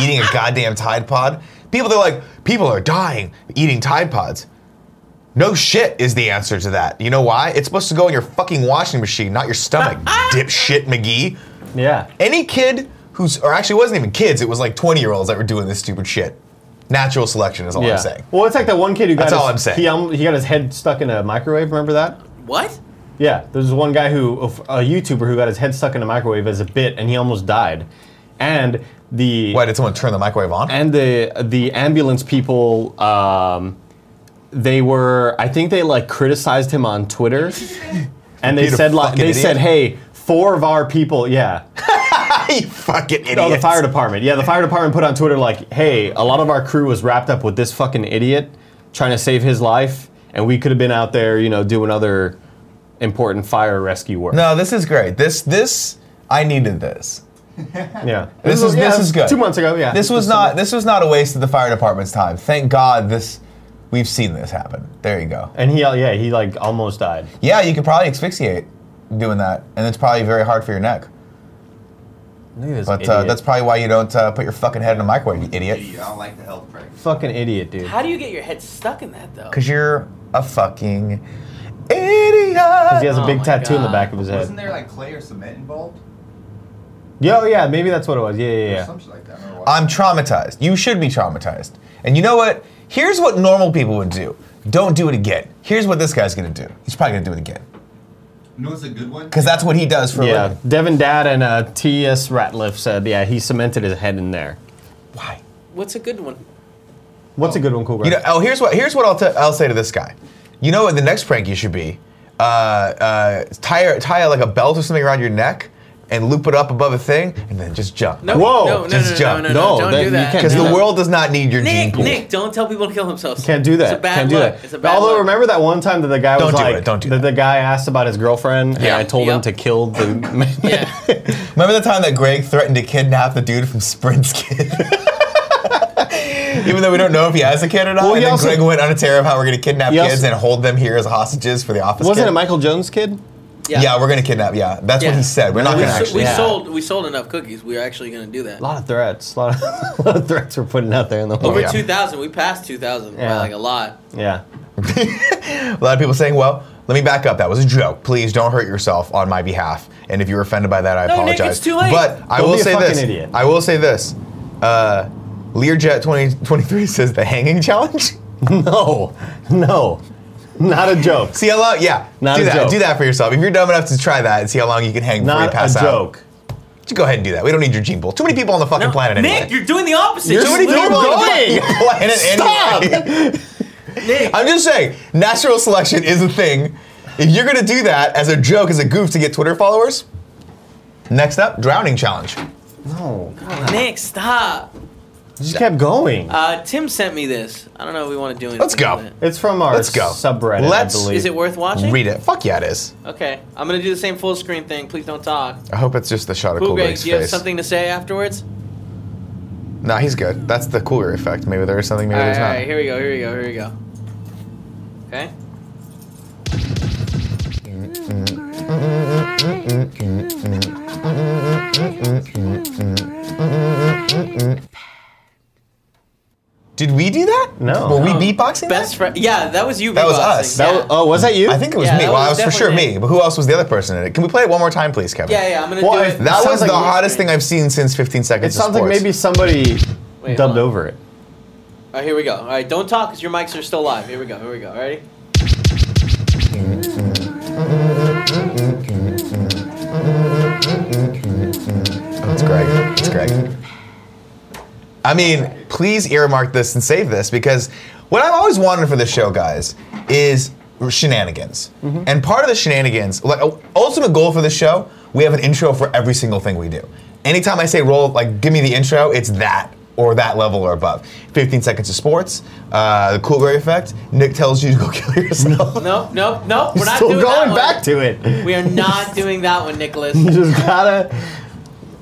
[SPEAKER 2] eating a goddamn Tide Pod. People, they're like, people are dying eating Tide Pods. No shit is the answer to that. You know why? It's supposed to go in your fucking washing machine, not your stomach, dipshit McGee.
[SPEAKER 1] Yeah.
[SPEAKER 2] Any kid who's, or actually, it wasn't even kids, it was like 20 year olds that were doing this stupid shit. Natural selection is all
[SPEAKER 1] yeah.
[SPEAKER 2] I'm saying.
[SPEAKER 1] Well, it's like that one kid who got.
[SPEAKER 2] That's
[SPEAKER 1] his,
[SPEAKER 2] all I'm saying.
[SPEAKER 1] He, um, he got his head stuck in a microwave. Remember that?
[SPEAKER 6] What?
[SPEAKER 1] Yeah, there's this one guy who, a YouTuber who got his head stuck in a microwave as a bit, and he almost died. And the why
[SPEAKER 2] did someone turn the microwave on?
[SPEAKER 1] And the the ambulance people, um, they were, I think they like criticized him on Twitter, and they
[SPEAKER 2] Computer
[SPEAKER 1] said like
[SPEAKER 2] fucking
[SPEAKER 1] they
[SPEAKER 2] idiot.
[SPEAKER 1] said, hey, four of our people, yeah,
[SPEAKER 2] you fucking idiot.
[SPEAKER 1] Oh, the fire department. Yeah, the fire department put on Twitter like, "Hey, a lot of our crew was wrapped up with this fucking idiot trying to save his life, and we could have been out there, you know, doing other important fire rescue work."
[SPEAKER 2] No, this is great. This, this, I needed this.
[SPEAKER 1] Yeah.
[SPEAKER 2] This, is
[SPEAKER 1] yeah,
[SPEAKER 2] this is good.
[SPEAKER 1] Two months ago, yeah.
[SPEAKER 2] This was not this was not a waste of the fire department's time. Thank God this we've seen this happen. There you go.
[SPEAKER 1] And he uh, yeah, he like almost died.
[SPEAKER 2] Yeah, you could probably asphyxiate doing that, and it's probably very hard for your neck. But uh,
[SPEAKER 1] idiot.
[SPEAKER 2] that's probably why you don't uh, put your fucking head in a microwave, you idiot.
[SPEAKER 6] I don't like the health break.
[SPEAKER 1] Fucking idiot, dude.
[SPEAKER 6] How do you get your head stuck in that though?
[SPEAKER 2] Because you're a fucking idiot. Because
[SPEAKER 1] he has a big tattoo in the back of his head.
[SPEAKER 12] Wasn't there like clay or cement involved?
[SPEAKER 1] Yo, yeah, maybe that's what it was. Yeah, yeah, yeah.
[SPEAKER 2] I'm traumatized. You should be traumatized. And you know what? Here's what normal people would do. Don't do it again. Here's what this guy's gonna do. He's probably gonna do it again.
[SPEAKER 12] You know what's a good one?
[SPEAKER 2] Because that's what he does for a
[SPEAKER 1] yeah,
[SPEAKER 2] living.
[SPEAKER 1] Devin Dad and uh, T.S. Ratliff said, yeah, he cemented his head in there.
[SPEAKER 6] What's a good one?
[SPEAKER 1] What's a good one, Cool Guy?
[SPEAKER 2] You know, oh, here's what here's what I'll, t- I'll say to this guy. You know what the next prank you should be? Uh, uh, tie tie like a belt or something around your neck and loop it up above a thing and then just jump.
[SPEAKER 6] No, Whoa. no, no,
[SPEAKER 2] just
[SPEAKER 6] no,
[SPEAKER 2] jump.
[SPEAKER 6] no, no, no, No, don't that- do you that. can't
[SPEAKER 2] Because
[SPEAKER 6] do
[SPEAKER 2] the
[SPEAKER 6] that.
[SPEAKER 2] world does not need your gene
[SPEAKER 6] Nick,
[SPEAKER 2] pool.
[SPEAKER 6] Nick, don't tell people to kill themselves.
[SPEAKER 1] Can't do that.
[SPEAKER 6] It's a bad
[SPEAKER 1] Can't do
[SPEAKER 6] look.
[SPEAKER 1] that.
[SPEAKER 6] It's a bad
[SPEAKER 1] Although
[SPEAKER 6] look.
[SPEAKER 1] remember that one time that the guy was
[SPEAKER 2] Don't do
[SPEAKER 1] like,
[SPEAKER 2] it, don't
[SPEAKER 1] that, the guy asked about his girlfriend, and I told him to kill the man.
[SPEAKER 2] Remember the time that Greg threatened to kidnap the dude from Sprint's kid? Even though we don't know if he has a kid or not,
[SPEAKER 1] Well, he
[SPEAKER 2] and then
[SPEAKER 1] also-
[SPEAKER 2] Greg went on a tear of how we're going to kidnap
[SPEAKER 1] He
[SPEAKER 2] kids
[SPEAKER 1] also-
[SPEAKER 2] and hold them here as hostages for the office.
[SPEAKER 1] Wasn't
[SPEAKER 2] kid.
[SPEAKER 1] it Michael Jones' kid?
[SPEAKER 2] Yeah, we're going to kidnap. Yeah, that's what
[SPEAKER 6] Yeah.
[SPEAKER 2] he said. We're not
[SPEAKER 6] we
[SPEAKER 2] going to
[SPEAKER 6] so-
[SPEAKER 2] actually.
[SPEAKER 6] We
[SPEAKER 2] Yeah.
[SPEAKER 6] sold. We sold enough cookies. We are actually going to do that.
[SPEAKER 1] A lot of threats. A lot of, a lot of threats were putting out there in the
[SPEAKER 2] Oh,
[SPEAKER 1] world.
[SPEAKER 6] Over 2,000. We passed 2,000. by
[SPEAKER 1] Yeah.
[SPEAKER 6] Like a lot.
[SPEAKER 1] Yeah.
[SPEAKER 2] A lot of people saying, well, let me back up. That was a joke. Please don't hurt yourself on my behalf. And if you're offended by that, I
[SPEAKER 6] No, Nick,
[SPEAKER 2] apologize.
[SPEAKER 6] it's too late.
[SPEAKER 2] But I
[SPEAKER 1] Don't
[SPEAKER 2] will
[SPEAKER 1] be a
[SPEAKER 2] say
[SPEAKER 1] fucking
[SPEAKER 2] this.
[SPEAKER 1] idiot.
[SPEAKER 2] I will say this. Uh, Learjet 2023 says the hanging challenge.
[SPEAKER 1] No, no, not a joke.
[SPEAKER 2] See how long? Yeah,
[SPEAKER 1] Not
[SPEAKER 2] do
[SPEAKER 1] a
[SPEAKER 2] that.
[SPEAKER 1] joke.
[SPEAKER 2] Do that for yourself. If you're dumb enough to try that and see how long you can hang before
[SPEAKER 1] Not
[SPEAKER 2] you pass
[SPEAKER 1] a
[SPEAKER 2] out.
[SPEAKER 1] joke.
[SPEAKER 2] Just go ahead and do that. We don't need your gene pool. Too many people on the fucking planet anyway.
[SPEAKER 3] Nick, you're doing the opposite.
[SPEAKER 2] You're
[SPEAKER 3] Just
[SPEAKER 2] still
[SPEAKER 3] leave
[SPEAKER 2] going.
[SPEAKER 3] it
[SPEAKER 2] You're playing it
[SPEAKER 3] Stop.
[SPEAKER 2] I'm just saying, natural selection is a thing. If you're gonna do that as a joke, as a goof to get Twitter followers, next up, drowning challenge.
[SPEAKER 1] No.
[SPEAKER 3] Nick, stop.
[SPEAKER 1] You just kept going.
[SPEAKER 3] Uh, Tim sent me this. I don't know if we want to do anything.
[SPEAKER 1] Let's
[SPEAKER 2] go.
[SPEAKER 3] with it.
[SPEAKER 1] It's from our
[SPEAKER 2] Let's go.
[SPEAKER 1] subreddit.
[SPEAKER 2] Let's-
[SPEAKER 1] I believe.
[SPEAKER 3] Is it worth watching?
[SPEAKER 2] Read it. Fuck yeah, it is.
[SPEAKER 3] Okay, I'm gonna do the same full screen thing. Please don't talk.
[SPEAKER 2] I hope it's just the shot of Cool
[SPEAKER 3] Boogay,
[SPEAKER 2] Greg's
[SPEAKER 3] do you have
[SPEAKER 2] face.
[SPEAKER 3] something to say afterwards?
[SPEAKER 2] No, he's good. That's the Cool Greg effect. Maybe there is something. Maybe
[SPEAKER 3] all right,
[SPEAKER 2] there's
[SPEAKER 3] all
[SPEAKER 2] not.
[SPEAKER 3] right, here we go. Here we go. Here we go. Okay.
[SPEAKER 2] Did we do that?
[SPEAKER 1] No.
[SPEAKER 2] Were we beatboxing?
[SPEAKER 3] Best friend. Yeah, that was you.
[SPEAKER 2] That was uh,
[SPEAKER 3] beatboxing.
[SPEAKER 2] us.
[SPEAKER 3] Yeah.
[SPEAKER 1] oh, was that you?
[SPEAKER 2] I think it was
[SPEAKER 3] Yeah,
[SPEAKER 2] me.
[SPEAKER 3] that
[SPEAKER 2] Well,
[SPEAKER 3] was
[SPEAKER 2] that was for sure
[SPEAKER 3] definitely
[SPEAKER 2] me. But who else was the other person in it? Can we play it one more time, please, Kevin?
[SPEAKER 3] Yeah, yeah. I'm gonna do it.
[SPEAKER 2] That was
[SPEAKER 1] sounds like
[SPEAKER 2] the
[SPEAKER 1] you-
[SPEAKER 2] hottest thing I've seen since 15
[SPEAKER 1] It
[SPEAKER 2] seconds. of
[SPEAKER 1] sounds like
[SPEAKER 2] sports.
[SPEAKER 1] maybe somebody dubbed over it.
[SPEAKER 3] All right, here we go. All right, don't talk because your mics are still live. Here we go. Here we go. Ready?
[SPEAKER 2] It's Greg. It's Greg. I mean, please earmark this and save this because what I've always wanted for this show, guys, is shenanigans. And part of the shenanigans, like uh, ultimate goal for this show, we have an intro for every single thing we do. Anytime I say roll, like give me the intro, it's that or that level or above. 15 seconds of sports, uh, the Cool Gray effect. Nick tells you to go kill yourself.
[SPEAKER 3] No, no, no. We're not
[SPEAKER 1] Still
[SPEAKER 3] doing that
[SPEAKER 1] going
[SPEAKER 3] one.
[SPEAKER 1] back to it.
[SPEAKER 3] We are not doing that one, Nicholas.
[SPEAKER 1] You just gotta.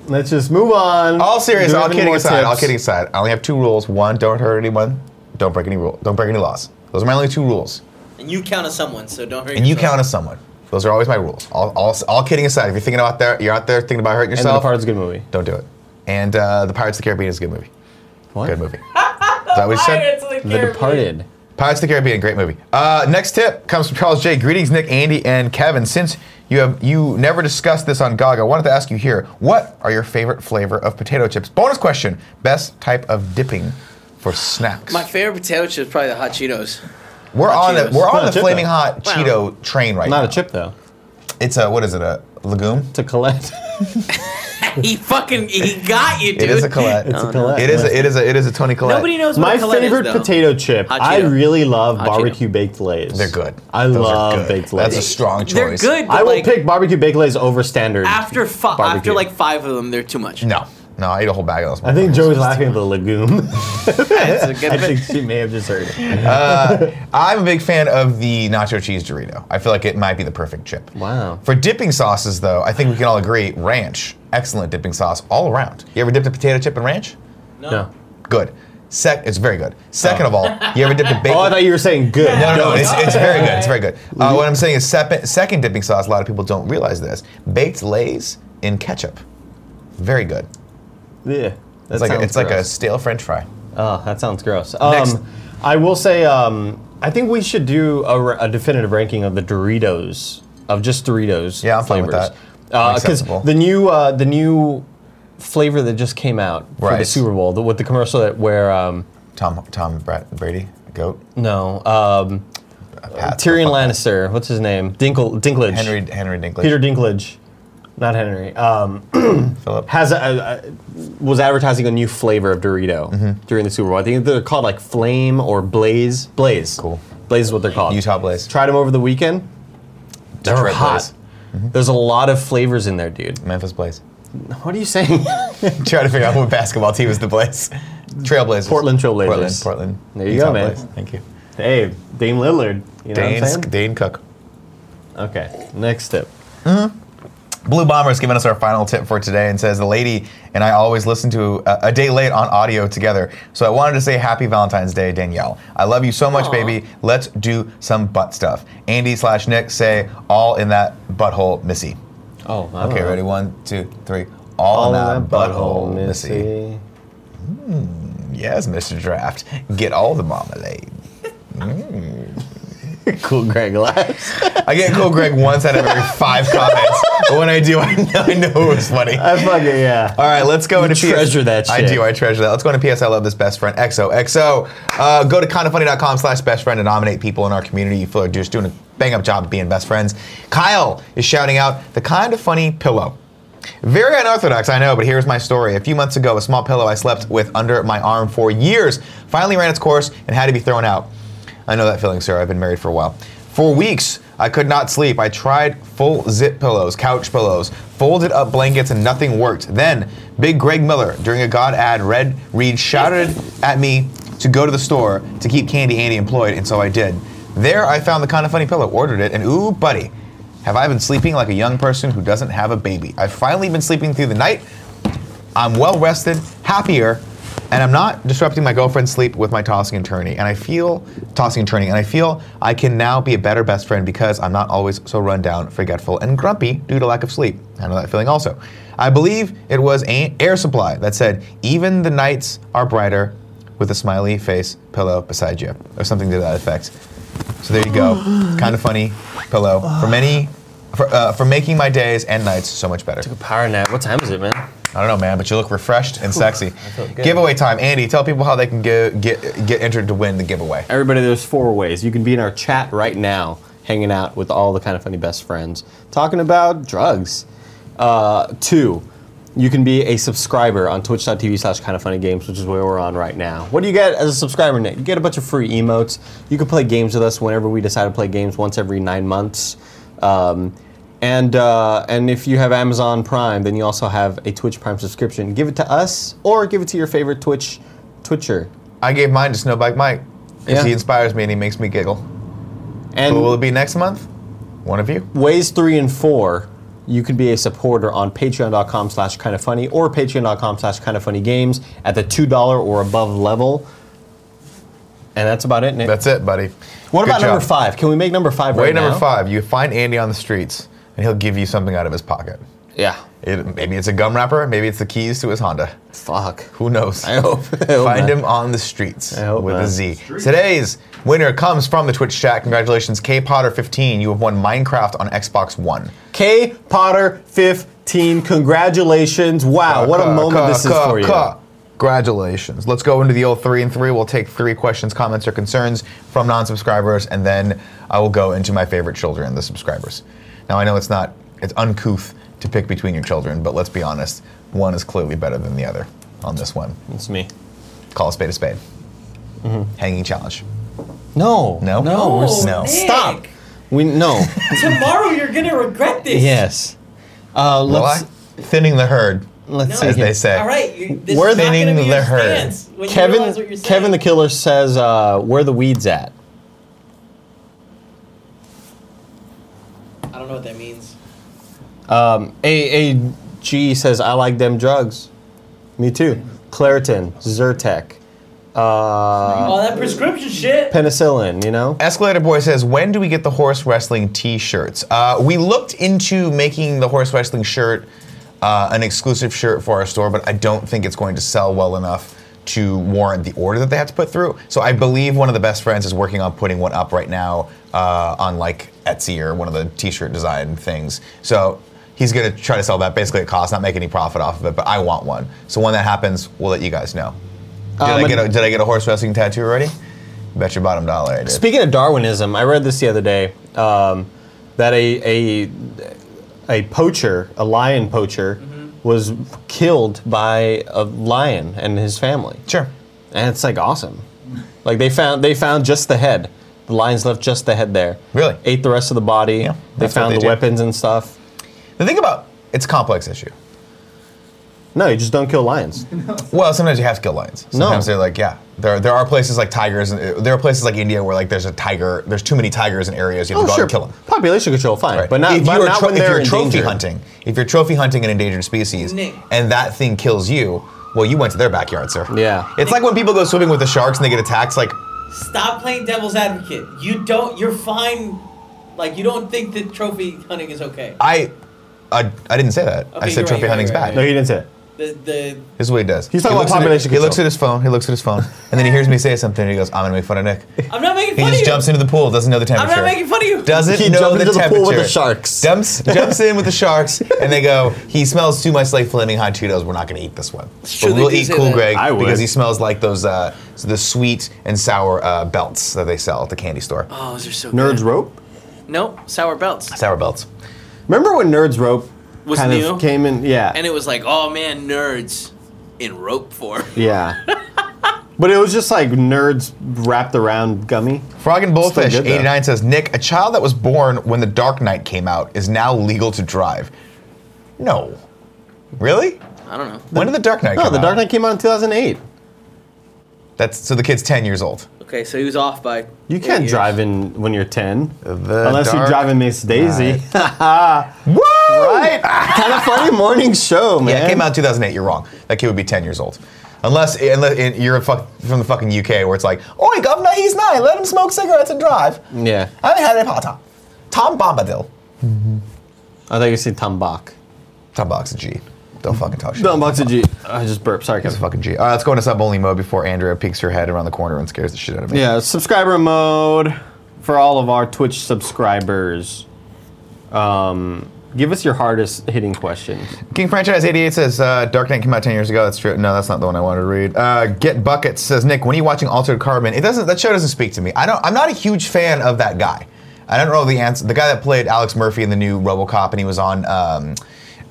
[SPEAKER 1] Let's just move on.
[SPEAKER 2] All serious,
[SPEAKER 1] Do we
[SPEAKER 2] all
[SPEAKER 1] have any
[SPEAKER 2] kidding
[SPEAKER 1] more
[SPEAKER 2] aside, all
[SPEAKER 1] tips?
[SPEAKER 2] kidding aside. I only have two rules. One, don't hurt anyone. Don't break any rule. Don't break any laws. Those are my only two rules.
[SPEAKER 3] And you count as someone, so don't hurt
[SPEAKER 2] And you
[SPEAKER 3] yourself.
[SPEAKER 2] count as someone. Those are always my rules. All, all, all kidding aside, if you're thinking about that, you're out there thinking about hurting
[SPEAKER 1] And then
[SPEAKER 2] yourself.
[SPEAKER 1] the Pirates is a good movie.
[SPEAKER 2] don't do it. And uh, the Pirates of the Caribbean is a good movie.
[SPEAKER 1] What?
[SPEAKER 2] Good movie. Is that what you said?
[SPEAKER 1] Departed.
[SPEAKER 2] Pirates of the Caribbean, great movie. Uh, next tip comes from Charles J. Greetings, Nick, Andy, and Kevin. Since you have you never discussed this on GOG, I wanted to ask you here: What are your favorite flavor of potato chips? Bonus question: Best type of dipping for snacks?
[SPEAKER 3] My favorite potato chip is probably the hot Cheetos.
[SPEAKER 2] we're
[SPEAKER 3] hot
[SPEAKER 2] on the
[SPEAKER 3] Cheetos.
[SPEAKER 2] we're on
[SPEAKER 1] Not a
[SPEAKER 2] the
[SPEAKER 1] chip,
[SPEAKER 2] flaming
[SPEAKER 1] though.
[SPEAKER 2] hot
[SPEAKER 3] Wow.
[SPEAKER 2] Cheeto train right
[SPEAKER 1] Not
[SPEAKER 2] now.
[SPEAKER 1] a chip though.
[SPEAKER 2] It's a what is it? A legume?
[SPEAKER 1] It's a Colette.
[SPEAKER 3] he fucking he got you, dude.
[SPEAKER 2] It is a Colette.
[SPEAKER 1] It's a Colette. Oh,
[SPEAKER 2] It is a, it is a it is a Tony Collette.
[SPEAKER 3] Nobody knows what
[SPEAKER 1] My
[SPEAKER 3] a Colette
[SPEAKER 1] favorite
[SPEAKER 3] is, though.
[SPEAKER 1] potato chip.
[SPEAKER 3] Hot
[SPEAKER 1] I
[SPEAKER 3] Cheeto.
[SPEAKER 1] really love
[SPEAKER 3] Hot Cheeto.
[SPEAKER 1] barbecue baked lays.
[SPEAKER 2] They're good.
[SPEAKER 1] I
[SPEAKER 2] Those are
[SPEAKER 1] love
[SPEAKER 2] good.
[SPEAKER 1] baked lays.
[SPEAKER 2] That's a strong choice.
[SPEAKER 3] They're good, but
[SPEAKER 1] I will
[SPEAKER 3] like
[SPEAKER 1] pick barbecue baked lays over standard.
[SPEAKER 3] after fi-
[SPEAKER 1] barbecue.
[SPEAKER 3] after like five of them, they're too much.
[SPEAKER 2] No, no, I ate a whole bag of those.
[SPEAKER 1] I think Joey's laughing at the legume.
[SPEAKER 3] That's a good
[SPEAKER 1] I think she may have just heard it.
[SPEAKER 2] I'm a big fan of the nacho cheese Dorito. I feel like it might be the perfect chip.
[SPEAKER 1] Wow.
[SPEAKER 2] For dipping sauces, though, I think we can all agree ranch, excellent dipping sauce all around. You ever dipped a potato chip in ranch?
[SPEAKER 1] No.
[SPEAKER 2] Good. Sec, it's very good. Second of all, you ever dipped a bacon?
[SPEAKER 1] Oh, I thought you were saying good.
[SPEAKER 2] no, no, no, it's,
[SPEAKER 1] it's-
[SPEAKER 2] it's very good. It's very good. Uh, what I'm saying is sep- second dipping sauce. A lot of people don't realize this. Baked lays in ketchup, very good.
[SPEAKER 1] yeah. That
[SPEAKER 2] It's like a,
[SPEAKER 1] sounds
[SPEAKER 2] it's like a
[SPEAKER 1] gross.
[SPEAKER 2] stale French fry.
[SPEAKER 1] Oh, that sounds gross.
[SPEAKER 2] Next.
[SPEAKER 1] Um, I will say, um, I think we should do a, ra- a definitive ranking of the Doritos of just Doritos.
[SPEAKER 2] Yeah, I'm fine with
[SPEAKER 1] flavors.
[SPEAKER 2] that.
[SPEAKER 1] Because
[SPEAKER 2] Acceptable.
[SPEAKER 1] the new uh, the new flavor that just came out for the
[SPEAKER 2] Rice.
[SPEAKER 1] Super Bowl, the, with the commercial that where um,
[SPEAKER 2] Tom Tom Brad, Brady goat.
[SPEAKER 1] no um,
[SPEAKER 2] Pat,
[SPEAKER 1] Tyrion Lannister, what's his name? Dinkle Dinklage.
[SPEAKER 2] Henry Henry Dinklage.
[SPEAKER 1] Peter Dinklage, not Henry. Um,
[SPEAKER 2] Phillip.
[SPEAKER 1] has a, a, a- was advertising a new flavor of Dorito during the Super Bowl. I think they're called like Flame or Blaze. Blaze.
[SPEAKER 2] Cool.
[SPEAKER 1] Blaze is what they're called.
[SPEAKER 2] Utah Blaze.
[SPEAKER 1] Tried them over the weekend. They're
[SPEAKER 2] Detroit
[SPEAKER 1] hot.
[SPEAKER 2] Blaze.
[SPEAKER 1] There's a lot of flavors in there, dude.
[SPEAKER 2] Memphis Blaze.
[SPEAKER 1] What are you saying?
[SPEAKER 2] Trying to figure out what basketball team is the Blaze. Trailblazers.
[SPEAKER 1] Portland Trailblazers.
[SPEAKER 2] Portland. Portland.
[SPEAKER 1] There you
[SPEAKER 2] Utah
[SPEAKER 1] go, man.
[SPEAKER 2] Blaze. Thank you.
[SPEAKER 1] hey, Dame Lillard. You know what I'm
[SPEAKER 2] Dane,
[SPEAKER 1] saying?
[SPEAKER 2] Dane Cook.
[SPEAKER 1] Okay, next tip.
[SPEAKER 2] Blue Bomber's given us our final tip for today and says the lady and I always listen to a, a day late on audio together. So I wanted to say happy Valentine's Day, Danielle. I love you so much, baby. Let's do some butt stuff. Andy slash Nick say all in that butthole, Missy.
[SPEAKER 1] Oh, I don't
[SPEAKER 2] Okay,
[SPEAKER 1] know.
[SPEAKER 2] ready? One, two, three. All,
[SPEAKER 1] All
[SPEAKER 2] in that,
[SPEAKER 1] in that butthole,
[SPEAKER 2] Missy.
[SPEAKER 1] Missy.
[SPEAKER 2] Yes, Mr. Draft. Get all the marmalade.
[SPEAKER 1] cool Greg laughs.
[SPEAKER 2] I get Cool Greg once out of every five comments, but when I do, I know, I know it was funny. I
[SPEAKER 1] fucking yeah.
[SPEAKER 2] All right, let's go
[SPEAKER 1] You
[SPEAKER 2] into PS.
[SPEAKER 1] treasure that
[SPEAKER 2] I
[SPEAKER 1] shit.
[SPEAKER 2] do. I treasure that. Let's go into PS. I love this best friend. XO XO. Uh, go to kindoffunny.com slash best friend and nominate people in our community. You feel are just doing a bang up job of being best friends. Kyle is shouting out the kind of funny pillow. Very unorthodox, I know, but here's my story. A few months ago, a small pillow I slept with under my arm for years finally ran its course and had to be thrown out. I know that feeling, sir. I've been married for a while. For weeks, I could not sleep. I tried full zip pillows, couch pillows, folded up blankets, and nothing worked. Then, Big Greg Miller, during a God ad, read, Reed shouted at me to go to the store to keep Candy Andy employed, and so I did. There, I found the kind of funny pillow, ordered it, and ooh, buddy, have I been sleeping like a young person who doesn't have a baby? I've finally been sleeping through the night. I'm well rested, happier, and I'm not disrupting my girlfriend's sleep with my tossing and turning. And I feel tossing and turning, and I feel I can now be a better best friend because I'm not always so run down, forgetful, and grumpy due to lack of sleep. I know that feeling also. I believe it was A- Air Supply that said, even the nights are brighter with a smiley face pillow beside you, or something to that effect. So there you go. kind of funny pillow for many, for, uh, for making my days and nights so much better. Took a
[SPEAKER 13] power nap. What time is it, man?
[SPEAKER 2] I don't know, man, but you look refreshed and sexy.
[SPEAKER 13] felt good.
[SPEAKER 2] Giveaway time, Andy. Tell people how they can get get get entered to win the giveaway.
[SPEAKER 1] Everybody, there's four ways. You can be in our chat right now, hanging out with all the kind of funny best friends, talking about drugs. Uh, two, you can be a subscriber on twitch.tv slash kind of funny games, which is where we're on right now. What do you get as a subscriber, Nick? You get a bunch of free emotes. You can play games with us whenever we decide to play games once every nine months. Um, and uh, and if you have Amazon Prime, then you also have a Twitch Prime subscription. Give it to us or give it to your favorite Twitch Twitcher.
[SPEAKER 2] I gave mine to Snowbike Mike. 'Cause
[SPEAKER 1] Yeah.
[SPEAKER 2] He inspires me and he makes me giggle.
[SPEAKER 1] And
[SPEAKER 2] Who will it be next month? One of you.
[SPEAKER 1] Ways three and four, you can be a supporter on patreon.com slash kind of funny or patreon.com slash kind of funny games at the $2 or above level. And that's about it, Nick. That's
[SPEAKER 2] it, buddy.
[SPEAKER 1] What
[SPEAKER 2] Good
[SPEAKER 1] about number
[SPEAKER 2] job.
[SPEAKER 1] five? Can we make number five
[SPEAKER 2] Way
[SPEAKER 1] right now?
[SPEAKER 2] number five. You find Andy on the streets, and he'll give you something out of his pocket.
[SPEAKER 1] Yeah.
[SPEAKER 2] It, maybe it's a gum wrapper. Maybe it's the keys to his Honda.
[SPEAKER 1] Fuck.
[SPEAKER 2] Who knows? I
[SPEAKER 1] hope.
[SPEAKER 2] Find
[SPEAKER 1] not.
[SPEAKER 2] him on the streets with a
[SPEAKER 1] not.
[SPEAKER 2] Z. Today's winner comes from the Twitch chat. Congratulations, K Potter 15. You have won Minecraft on Xbox One.
[SPEAKER 1] K Potter 15, congratulations. Wow, what a
[SPEAKER 2] Cuh,
[SPEAKER 1] moment
[SPEAKER 2] cuh,
[SPEAKER 1] this is
[SPEAKER 2] cuh,
[SPEAKER 1] for you.
[SPEAKER 2] cuh. Congratulations. Let's go into the old three and three. We'll take three questions, comments, or concerns from non subscribers, and then I will go into my favorite children, the subscribers. Now, I know it's not, it's uncouth to pick between your children, but let's be honest, one is clearly better than the other on this one.
[SPEAKER 13] It's me.
[SPEAKER 2] Call a spade a spade.
[SPEAKER 1] Mm-hmm.
[SPEAKER 2] Hanging challenge.
[SPEAKER 1] No.
[SPEAKER 2] No?
[SPEAKER 1] No, we're s-
[SPEAKER 2] No.
[SPEAKER 1] Stop. We no.
[SPEAKER 3] Tomorrow you're gonna regret this.
[SPEAKER 1] yes. Uh,
[SPEAKER 2] Will
[SPEAKER 1] let's
[SPEAKER 2] I? Thinning the herd,
[SPEAKER 1] let's see
[SPEAKER 2] as
[SPEAKER 1] here.
[SPEAKER 2] they say.
[SPEAKER 3] All right. You, this
[SPEAKER 2] We're
[SPEAKER 3] is not gonna
[SPEAKER 2] thinning
[SPEAKER 3] be
[SPEAKER 2] the
[SPEAKER 3] your
[SPEAKER 2] herd.
[SPEAKER 3] stance when you realize what you're
[SPEAKER 1] Kevin,
[SPEAKER 3] saying.
[SPEAKER 1] Kevin the Killer says, uh, "Where the weeds at?"
[SPEAKER 3] I don't know what that means.
[SPEAKER 1] Um, AAG says, "I like them drugs." Me too. Claritin, Zyrtec,
[SPEAKER 3] All
[SPEAKER 1] uh,
[SPEAKER 3] that prescription shit.
[SPEAKER 1] penicillin. You know.
[SPEAKER 2] Escalator Boy says, when do we get the horse wrestling t-shirts? Uh, we looked into making the horse wrestling shirt uh, an exclusive shirt for our store, but I don't think it's going to sell well enough to warrant the order that they have to put through. So I believe one of the best friends is working on putting one up right now uh, on like Etsy or one of the t-shirt design things. So he's going to try to sell that basically at cost, not make any profit off of it, but I want one. So when that happens, we'll let you guys know. Did,
[SPEAKER 1] Um,
[SPEAKER 2] I, get a,
[SPEAKER 1] and-
[SPEAKER 2] did I get a horse wrestling tattoo already? Bet your bottom dollar I did.
[SPEAKER 1] Speaking of Darwinism, I read this the other day um, that a, a a poacher, a lion poacher,
[SPEAKER 3] Mm-hmm.
[SPEAKER 1] was killed by a lion and his family.
[SPEAKER 2] Sure.
[SPEAKER 1] And it's like awesome. Like they found they found just the head. The lions left just the head there.
[SPEAKER 2] Really?
[SPEAKER 1] Ate the rest of the body. they
[SPEAKER 2] that's what
[SPEAKER 1] found
[SPEAKER 2] they
[SPEAKER 1] the
[SPEAKER 2] do.
[SPEAKER 1] weapons and stuff.
[SPEAKER 2] The thing about it's a complex issue.
[SPEAKER 1] No, you just don't kill lions.
[SPEAKER 2] Well, sometimes you have to kill lions.
[SPEAKER 1] No.
[SPEAKER 2] Sometimes they're like, yeah, there, there are places like tigers, and uh, there are places like India where like there's a tiger, there's too many tigers in areas you have
[SPEAKER 1] oh
[SPEAKER 2] to go out
[SPEAKER 1] sure,
[SPEAKER 2] and kill them.
[SPEAKER 1] population control, fine,
[SPEAKER 2] Right.
[SPEAKER 1] but not,
[SPEAKER 2] if
[SPEAKER 1] but
[SPEAKER 2] you're,
[SPEAKER 1] not
[SPEAKER 2] tro-
[SPEAKER 1] when
[SPEAKER 2] if
[SPEAKER 1] they're
[SPEAKER 2] you're
[SPEAKER 1] in
[SPEAKER 2] trophy
[SPEAKER 1] danger.
[SPEAKER 2] hunting, if you're trophy hunting an endangered species,
[SPEAKER 3] Nick.
[SPEAKER 2] and that thing kills you, well, you went to their backyard, sir.
[SPEAKER 1] Yeah.
[SPEAKER 2] It's like when people go swimming with the sharks and they get attacked. It's like,
[SPEAKER 3] Stop playing devil's advocate. You don't. You're fine. Like you don't think that trophy hunting is okay.
[SPEAKER 2] I, I, I didn't say that.
[SPEAKER 3] Okay,
[SPEAKER 2] I said
[SPEAKER 3] you're right,
[SPEAKER 2] trophy
[SPEAKER 3] you're
[SPEAKER 2] hunting's
[SPEAKER 3] right, you're
[SPEAKER 2] bad.
[SPEAKER 3] right.
[SPEAKER 1] No, you didn't say it.
[SPEAKER 3] The the
[SPEAKER 2] This is what he does.
[SPEAKER 1] He's talking about
[SPEAKER 2] he looks at it-
[SPEAKER 1] population
[SPEAKER 2] He looks
[SPEAKER 1] control.
[SPEAKER 2] at his phone. He looks at his phone, and then he hears me say something, and he goes, "I'm gonna make fun of Nick."
[SPEAKER 3] I'm not making
[SPEAKER 2] He
[SPEAKER 3] fun of
[SPEAKER 2] just
[SPEAKER 3] you.
[SPEAKER 2] jumps into the pool. Doesn't know the
[SPEAKER 3] I'm
[SPEAKER 2] temperature.
[SPEAKER 3] not making fun of you.
[SPEAKER 2] Doesn't
[SPEAKER 1] He
[SPEAKER 2] know
[SPEAKER 1] jumped
[SPEAKER 2] the
[SPEAKER 1] into the
[SPEAKER 2] temperature.
[SPEAKER 1] pool with the sharks.
[SPEAKER 2] Jumps, jumps in with the sharks, and they go. He smells too much like flaming hot Cheetos. We're not going to eat this one,
[SPEAKER 3] Sure,
[SPEAKER 2] but
[SPEAKER 3] they
[SPEAKER 2] we'll
[SPEAKER 3] do
[SPEAKER 2] eat
[SPEAKER 3] say
[SPEAKER 2] Cool
[SPEAKER 3] that.
[SPEAKER 2] Greg
[SPEAKER 3] I would.
[SPEAKER 2] because he smells like those uh, the sweet and sour uh, belts that they sell at the candy store.
[SPEAKER 3] Oh, those are so
[SPEAKER 1] Nerds Rope?
[SPEAKER 3] good. Nope, sour belts.
[SPEAKER 2] Sour belts.
[SPEAKER 1] Remember when Nerds Rope
[SPEAKER 3] Was
[SPEAKER 1] kind
[SPEAKER 3] new?
[SPEAKER 1] of came in? Yeah.
[SPEAKER 3] And it was like, oh man, nerds in rope form.
[SPEAKER 1] Yeah. but it was just like nerds wrapped around gummy.
[SPEAKER 2] Frog and Bullfish
[SPEAKER 1] Still good, though.
[SPEAKER 2] 89 says, Nick, a child that was born when The Dark Knight came out is now legal to drive. No. Really?
[SPEAKER 3] I don't know.
[SPEAKER 2] When did The Dark Knight
[SPEAKER 1] No,
[SPEAKER 2] come
[SPEAKER 1] The
[SPEAKER 2] out?
[SPEAKER 1] Dark Knight came out in 2008.
[SPEAKER 2] That's so the kid's 10 years old.
[SPEAKER 3] Okay, so he was off by.
[SPEAKER 1] You
[SPEAKER 3] eight
[SPEAKER 1] can't
[SPEAKER 3] years.
[SPEAKER 1] drive in when you're 10. Unless you're
[SPEAKER 2] Dark
[SPEAKER 1] driving Miss Daisy. Woo! Right? kind of funny morning show, man.
[SPEAKER 2] Yeah, it came out in 2008. You're wrong. That kid would be 10 years old. Unless, unless and you're a fuck, from the fucking UK where it's like, Oi, governor, he's nine. Let him smoke cigarettes and drive.
[SPEAKER 1] Yeah.
[SPEAKER 2] I'm Harry Potter. Tom Bombadil.
[SPEAKER 1] I thought you said Tambak.
[SPEAKER 2] Tambak's a G. Don't fucking talk shit.
[SPEAKER 1] Tambak's a G. I just burped. Sorry, guys.
[SPEAKER 2] It's a fucking G. All right, let's go into sub only mode before Andrea peeks her head around the corner and scares the shit out of me.
[SPEAKER 1] Yeah, subscriber mode for all of our Twitch subscribers. Um, give us your hardest hitting questions.
[SPEAKER 2] King Franchise 88 says, uh, Dark Knight came out 10 years ago. That's true. No, that's not the one I wanted to read. Uh, Get Buckets says, Nick, when are you watching Altered Carbon? It doesn't, that show doesn't speak to me. I don't, I'm not a huge fan of that guy. I don't know the answer. The guy that played Alex Murphy in the new Robocop and he was on um,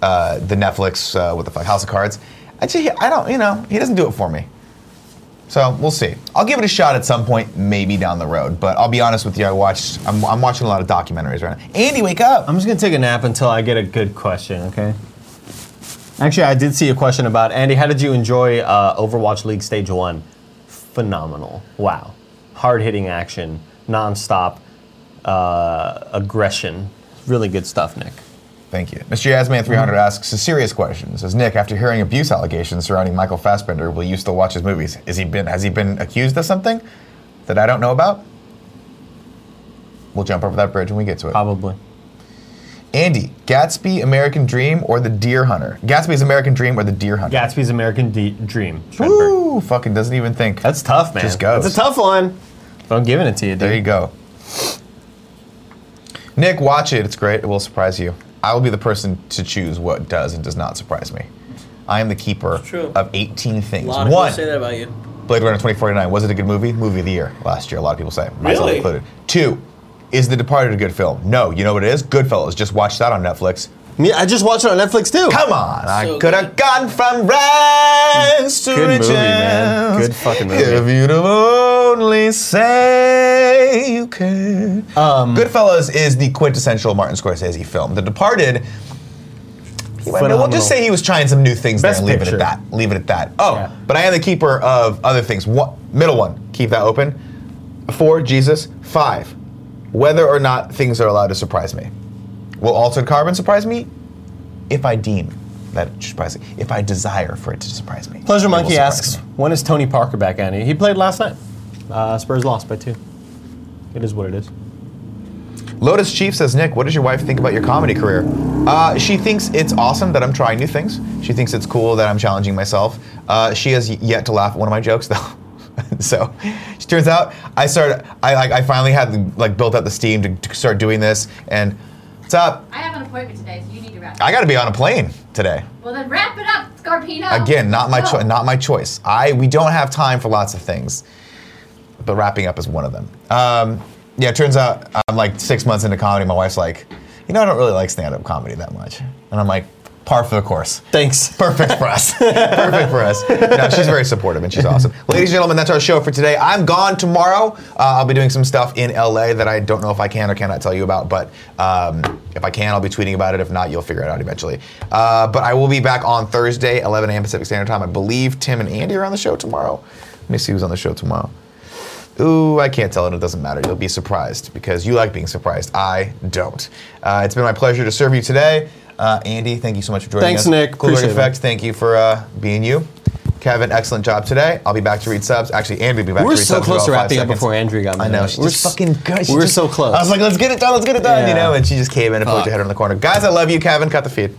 [SPEAKER 2] uh, the Netflix, uh, what the fuck, House of Cards. I just, I don't, you know, he doesn't do it for me. So we'll see. I'll give it a shot at some point, maybe down the road. But I'll be honest with you, I watched, I'm, I'm watching a lot of documentaries right now. Andy, wake up!
[SPEAKER 1] I'm just gonna take a nap until I get a good question, okay? Actually, I did see a question about Andy. How did you enjoy uh, Overwatch League Stage One? Phenomenal! Wow, hard-hitting action, non-stop uh, aggression. Really good stuff, Nick.
[SPEAKER 2] Thank you. Mr. Yasman300 asks a serious question. Says Nick, after hearing abuse allegations surrounding Michael Fassbender, will you still watch his movies? Is he been has he been accused of something that I don't know about? We'll jump over that bridge when we get to it.
[SPEAKER 1] Probably.
[SPEAKER 2] Andy, Gatsby, American Dream, or The Deer Hunter? Gatsby's American Dream or The Deer Hunter?
[SPEAKER 1] Gatsby's American D- Dream.
[SPEAKER 2] Ooh, fucking doesn't even think.
[SPEAKER 1] That's tough, man.
[SPEAKER 2] Just goes.
[SPEAKER 1] That's a tough one. But I'm giving it to you, dude.
[SPEAKER 2] There you go. Nick, watch it. It's great. It will surprise you. I will be the person to choose what does and does not surprise me. I am the keeper
[SPEAKER 3] true.
[SPEAKER 2] of 18
[SPEAKER 3] A
[SPEAKER 2] things.
[SPEAKER 3] lot of
[SPEAKER 2] One,
[SPEAKER 3] people say that about you.
[SPEAKER 2] Blade Runner 2049. Was it a good movie? Movie of the year last year. A lot of people say. Myself
[SPEAKER 3] Really?
[SPEAKER 2] included. Two, is The Departed a good film? No. You know what it is? Goodfellas. Just watch that on Netflix.
[SPEAKER 1] Me, I just watched it on Netflix too.
[SPEAKER 2] Come on. I
[SPEAKER 3] So
[SPEAKER 2] could have gone from rags to
[SPEAKER 1] Good
[SPEAKER 2] riches.
[SPEAKER 1] movie, man. Good fucking movie.
[SPEAKER 2] If you'd have only say you could.
[SPEAKER 3] Uh,
[SPEAKER 1] Um,
[SPEAKER 2] Goodfellas is the quintessential Martin Scorsese film. The Departed. he might- We'll
[SPEAKER 1] Phenomenal.
[SPEAKER 2] just say he was trying some new things
[SPEAKER 1] Best
[SPEAKER 2] there and leave
[SPEAKER 1] picture.
[SPEAKER 2] it at that. Leave it at that. Oh,
[SPEAKER 1] Yeah.
[SPEAKER 2] but I am the keeper of other things. One, middle one, keep that open. Four, Jesus. Five, whether or not things are allowed to surprise me. Will altered carbon surprise me? If I deem that it should surprise me. If I desire for it to surprise me.
[SPEAKER 1] Pleasure
[SPEAKER 2] it will
[SPEAKER 1] Monkey
[SPEAKER 2] surprise
[SPEAKER 1] asks,
[SPEAKER 2] me.
[SPEAKER 1] when is Tony Parker back, Andy? He played last night. Uh, Spurs lost by two. It is what it is.
[SPEAKER 2] Lotus Chief says, Nick, what does your wife think about your comedy career? Uh, she thinks it's awesome that I'm trying new things. She thinks it's cool that I'm challenging myself. Uh, she has yet to laugh at one of my jokes, though. so, she turns out I started. I like. I finally had like built up the steam to, to start doing this. And what's up?
[SPEAKER 11] I have an appointment today, so you need to wrap. it
[SPEAKER 2] I
[SPEAKER 11] up.
[SPEAKER 2] got to be on a plane today.
[SPEAKER 11] Well, then wrap it up, Scarpino.
[SPEAKER 2] Again, not my
[SPEAKER 11] Go.
[SPEAKER 2] choice. Not my choice. I we don't have time for lots of things, but wrapping up is one of them. Um, yeah, it turns out I'm like six months into comedy. My wife's like, you know, I don't really like stand-up comedy that much, and I'm like, par for the course.
[SPEAKER 1] Thanks.
[SPEAKER 2] Perfect for us. Perfect for us. No, she's very supportive and she's awesome. Ladies and gentlemen, that's our show for today. I'm gone tomorrow. Uh, I'll be doing some stuff in LA that I don't know if I can or cannot tell you about, but um, if I can, I'll be tweeting about it. If not, you'll figure it out eventually. Uh, but I will be back on Thursday, 11 a.m. Pacific Standard Time. I believe Tim and Andy are on the show tomorrow. Let me see who's on the show tomorrow. Ooh, I can't tell, and it doesn't matter. You'll be surprised because you like being surprised. I don't. Uh, it's been my pleasure to serve you today. Uh, Andy, thank you so much for joining
[SPEAKER 1] Thanks,
[SPEAKER 2] us.
[SPEAKER 1] Nick.
[SPEAKER 2] Cool
[SPEAKER 1] Appreciate it,
[SPEAKER 2] Effect, thank you for uh, being you. Kevin, excellent job today. I'll be back to read subs. Actually, Andy will be back
[SPEAKER 1] We're
[SPEAKER 2] to read
[SPEAKER 1] so
[SPEAKER 2] subs. in
[SPEAKER 1] close to
[SPEAKER 2] about five
[SPEAKER 1] wrapping up
[SPEAKER 2] seconds.
[SPEAKER 1] before Andrea got mad.
[SPEAKER 2] I know.
[SPEAKER 1] Like,
[SPEAKER 2] She
[SPEAKER 1] we're
[SPEAKER 2] just
[SPEAKER 1] s-
[SPEAKER 2] fucking good. She
[SPEAKER 1] we're
[SPEAKER 2] just-
[SPEAKER 1] so close.
[SPEAKER 2] I was like, let's get it done, let's get it done, you
[SPEAKER 1] Yeah.
[SPEAKER 2] know? And she just came in and put
[SPEAKER 1] Fuck.
[SPEAKER 2] your head on the corner. Guys, I love you. Kevin, cut the feed.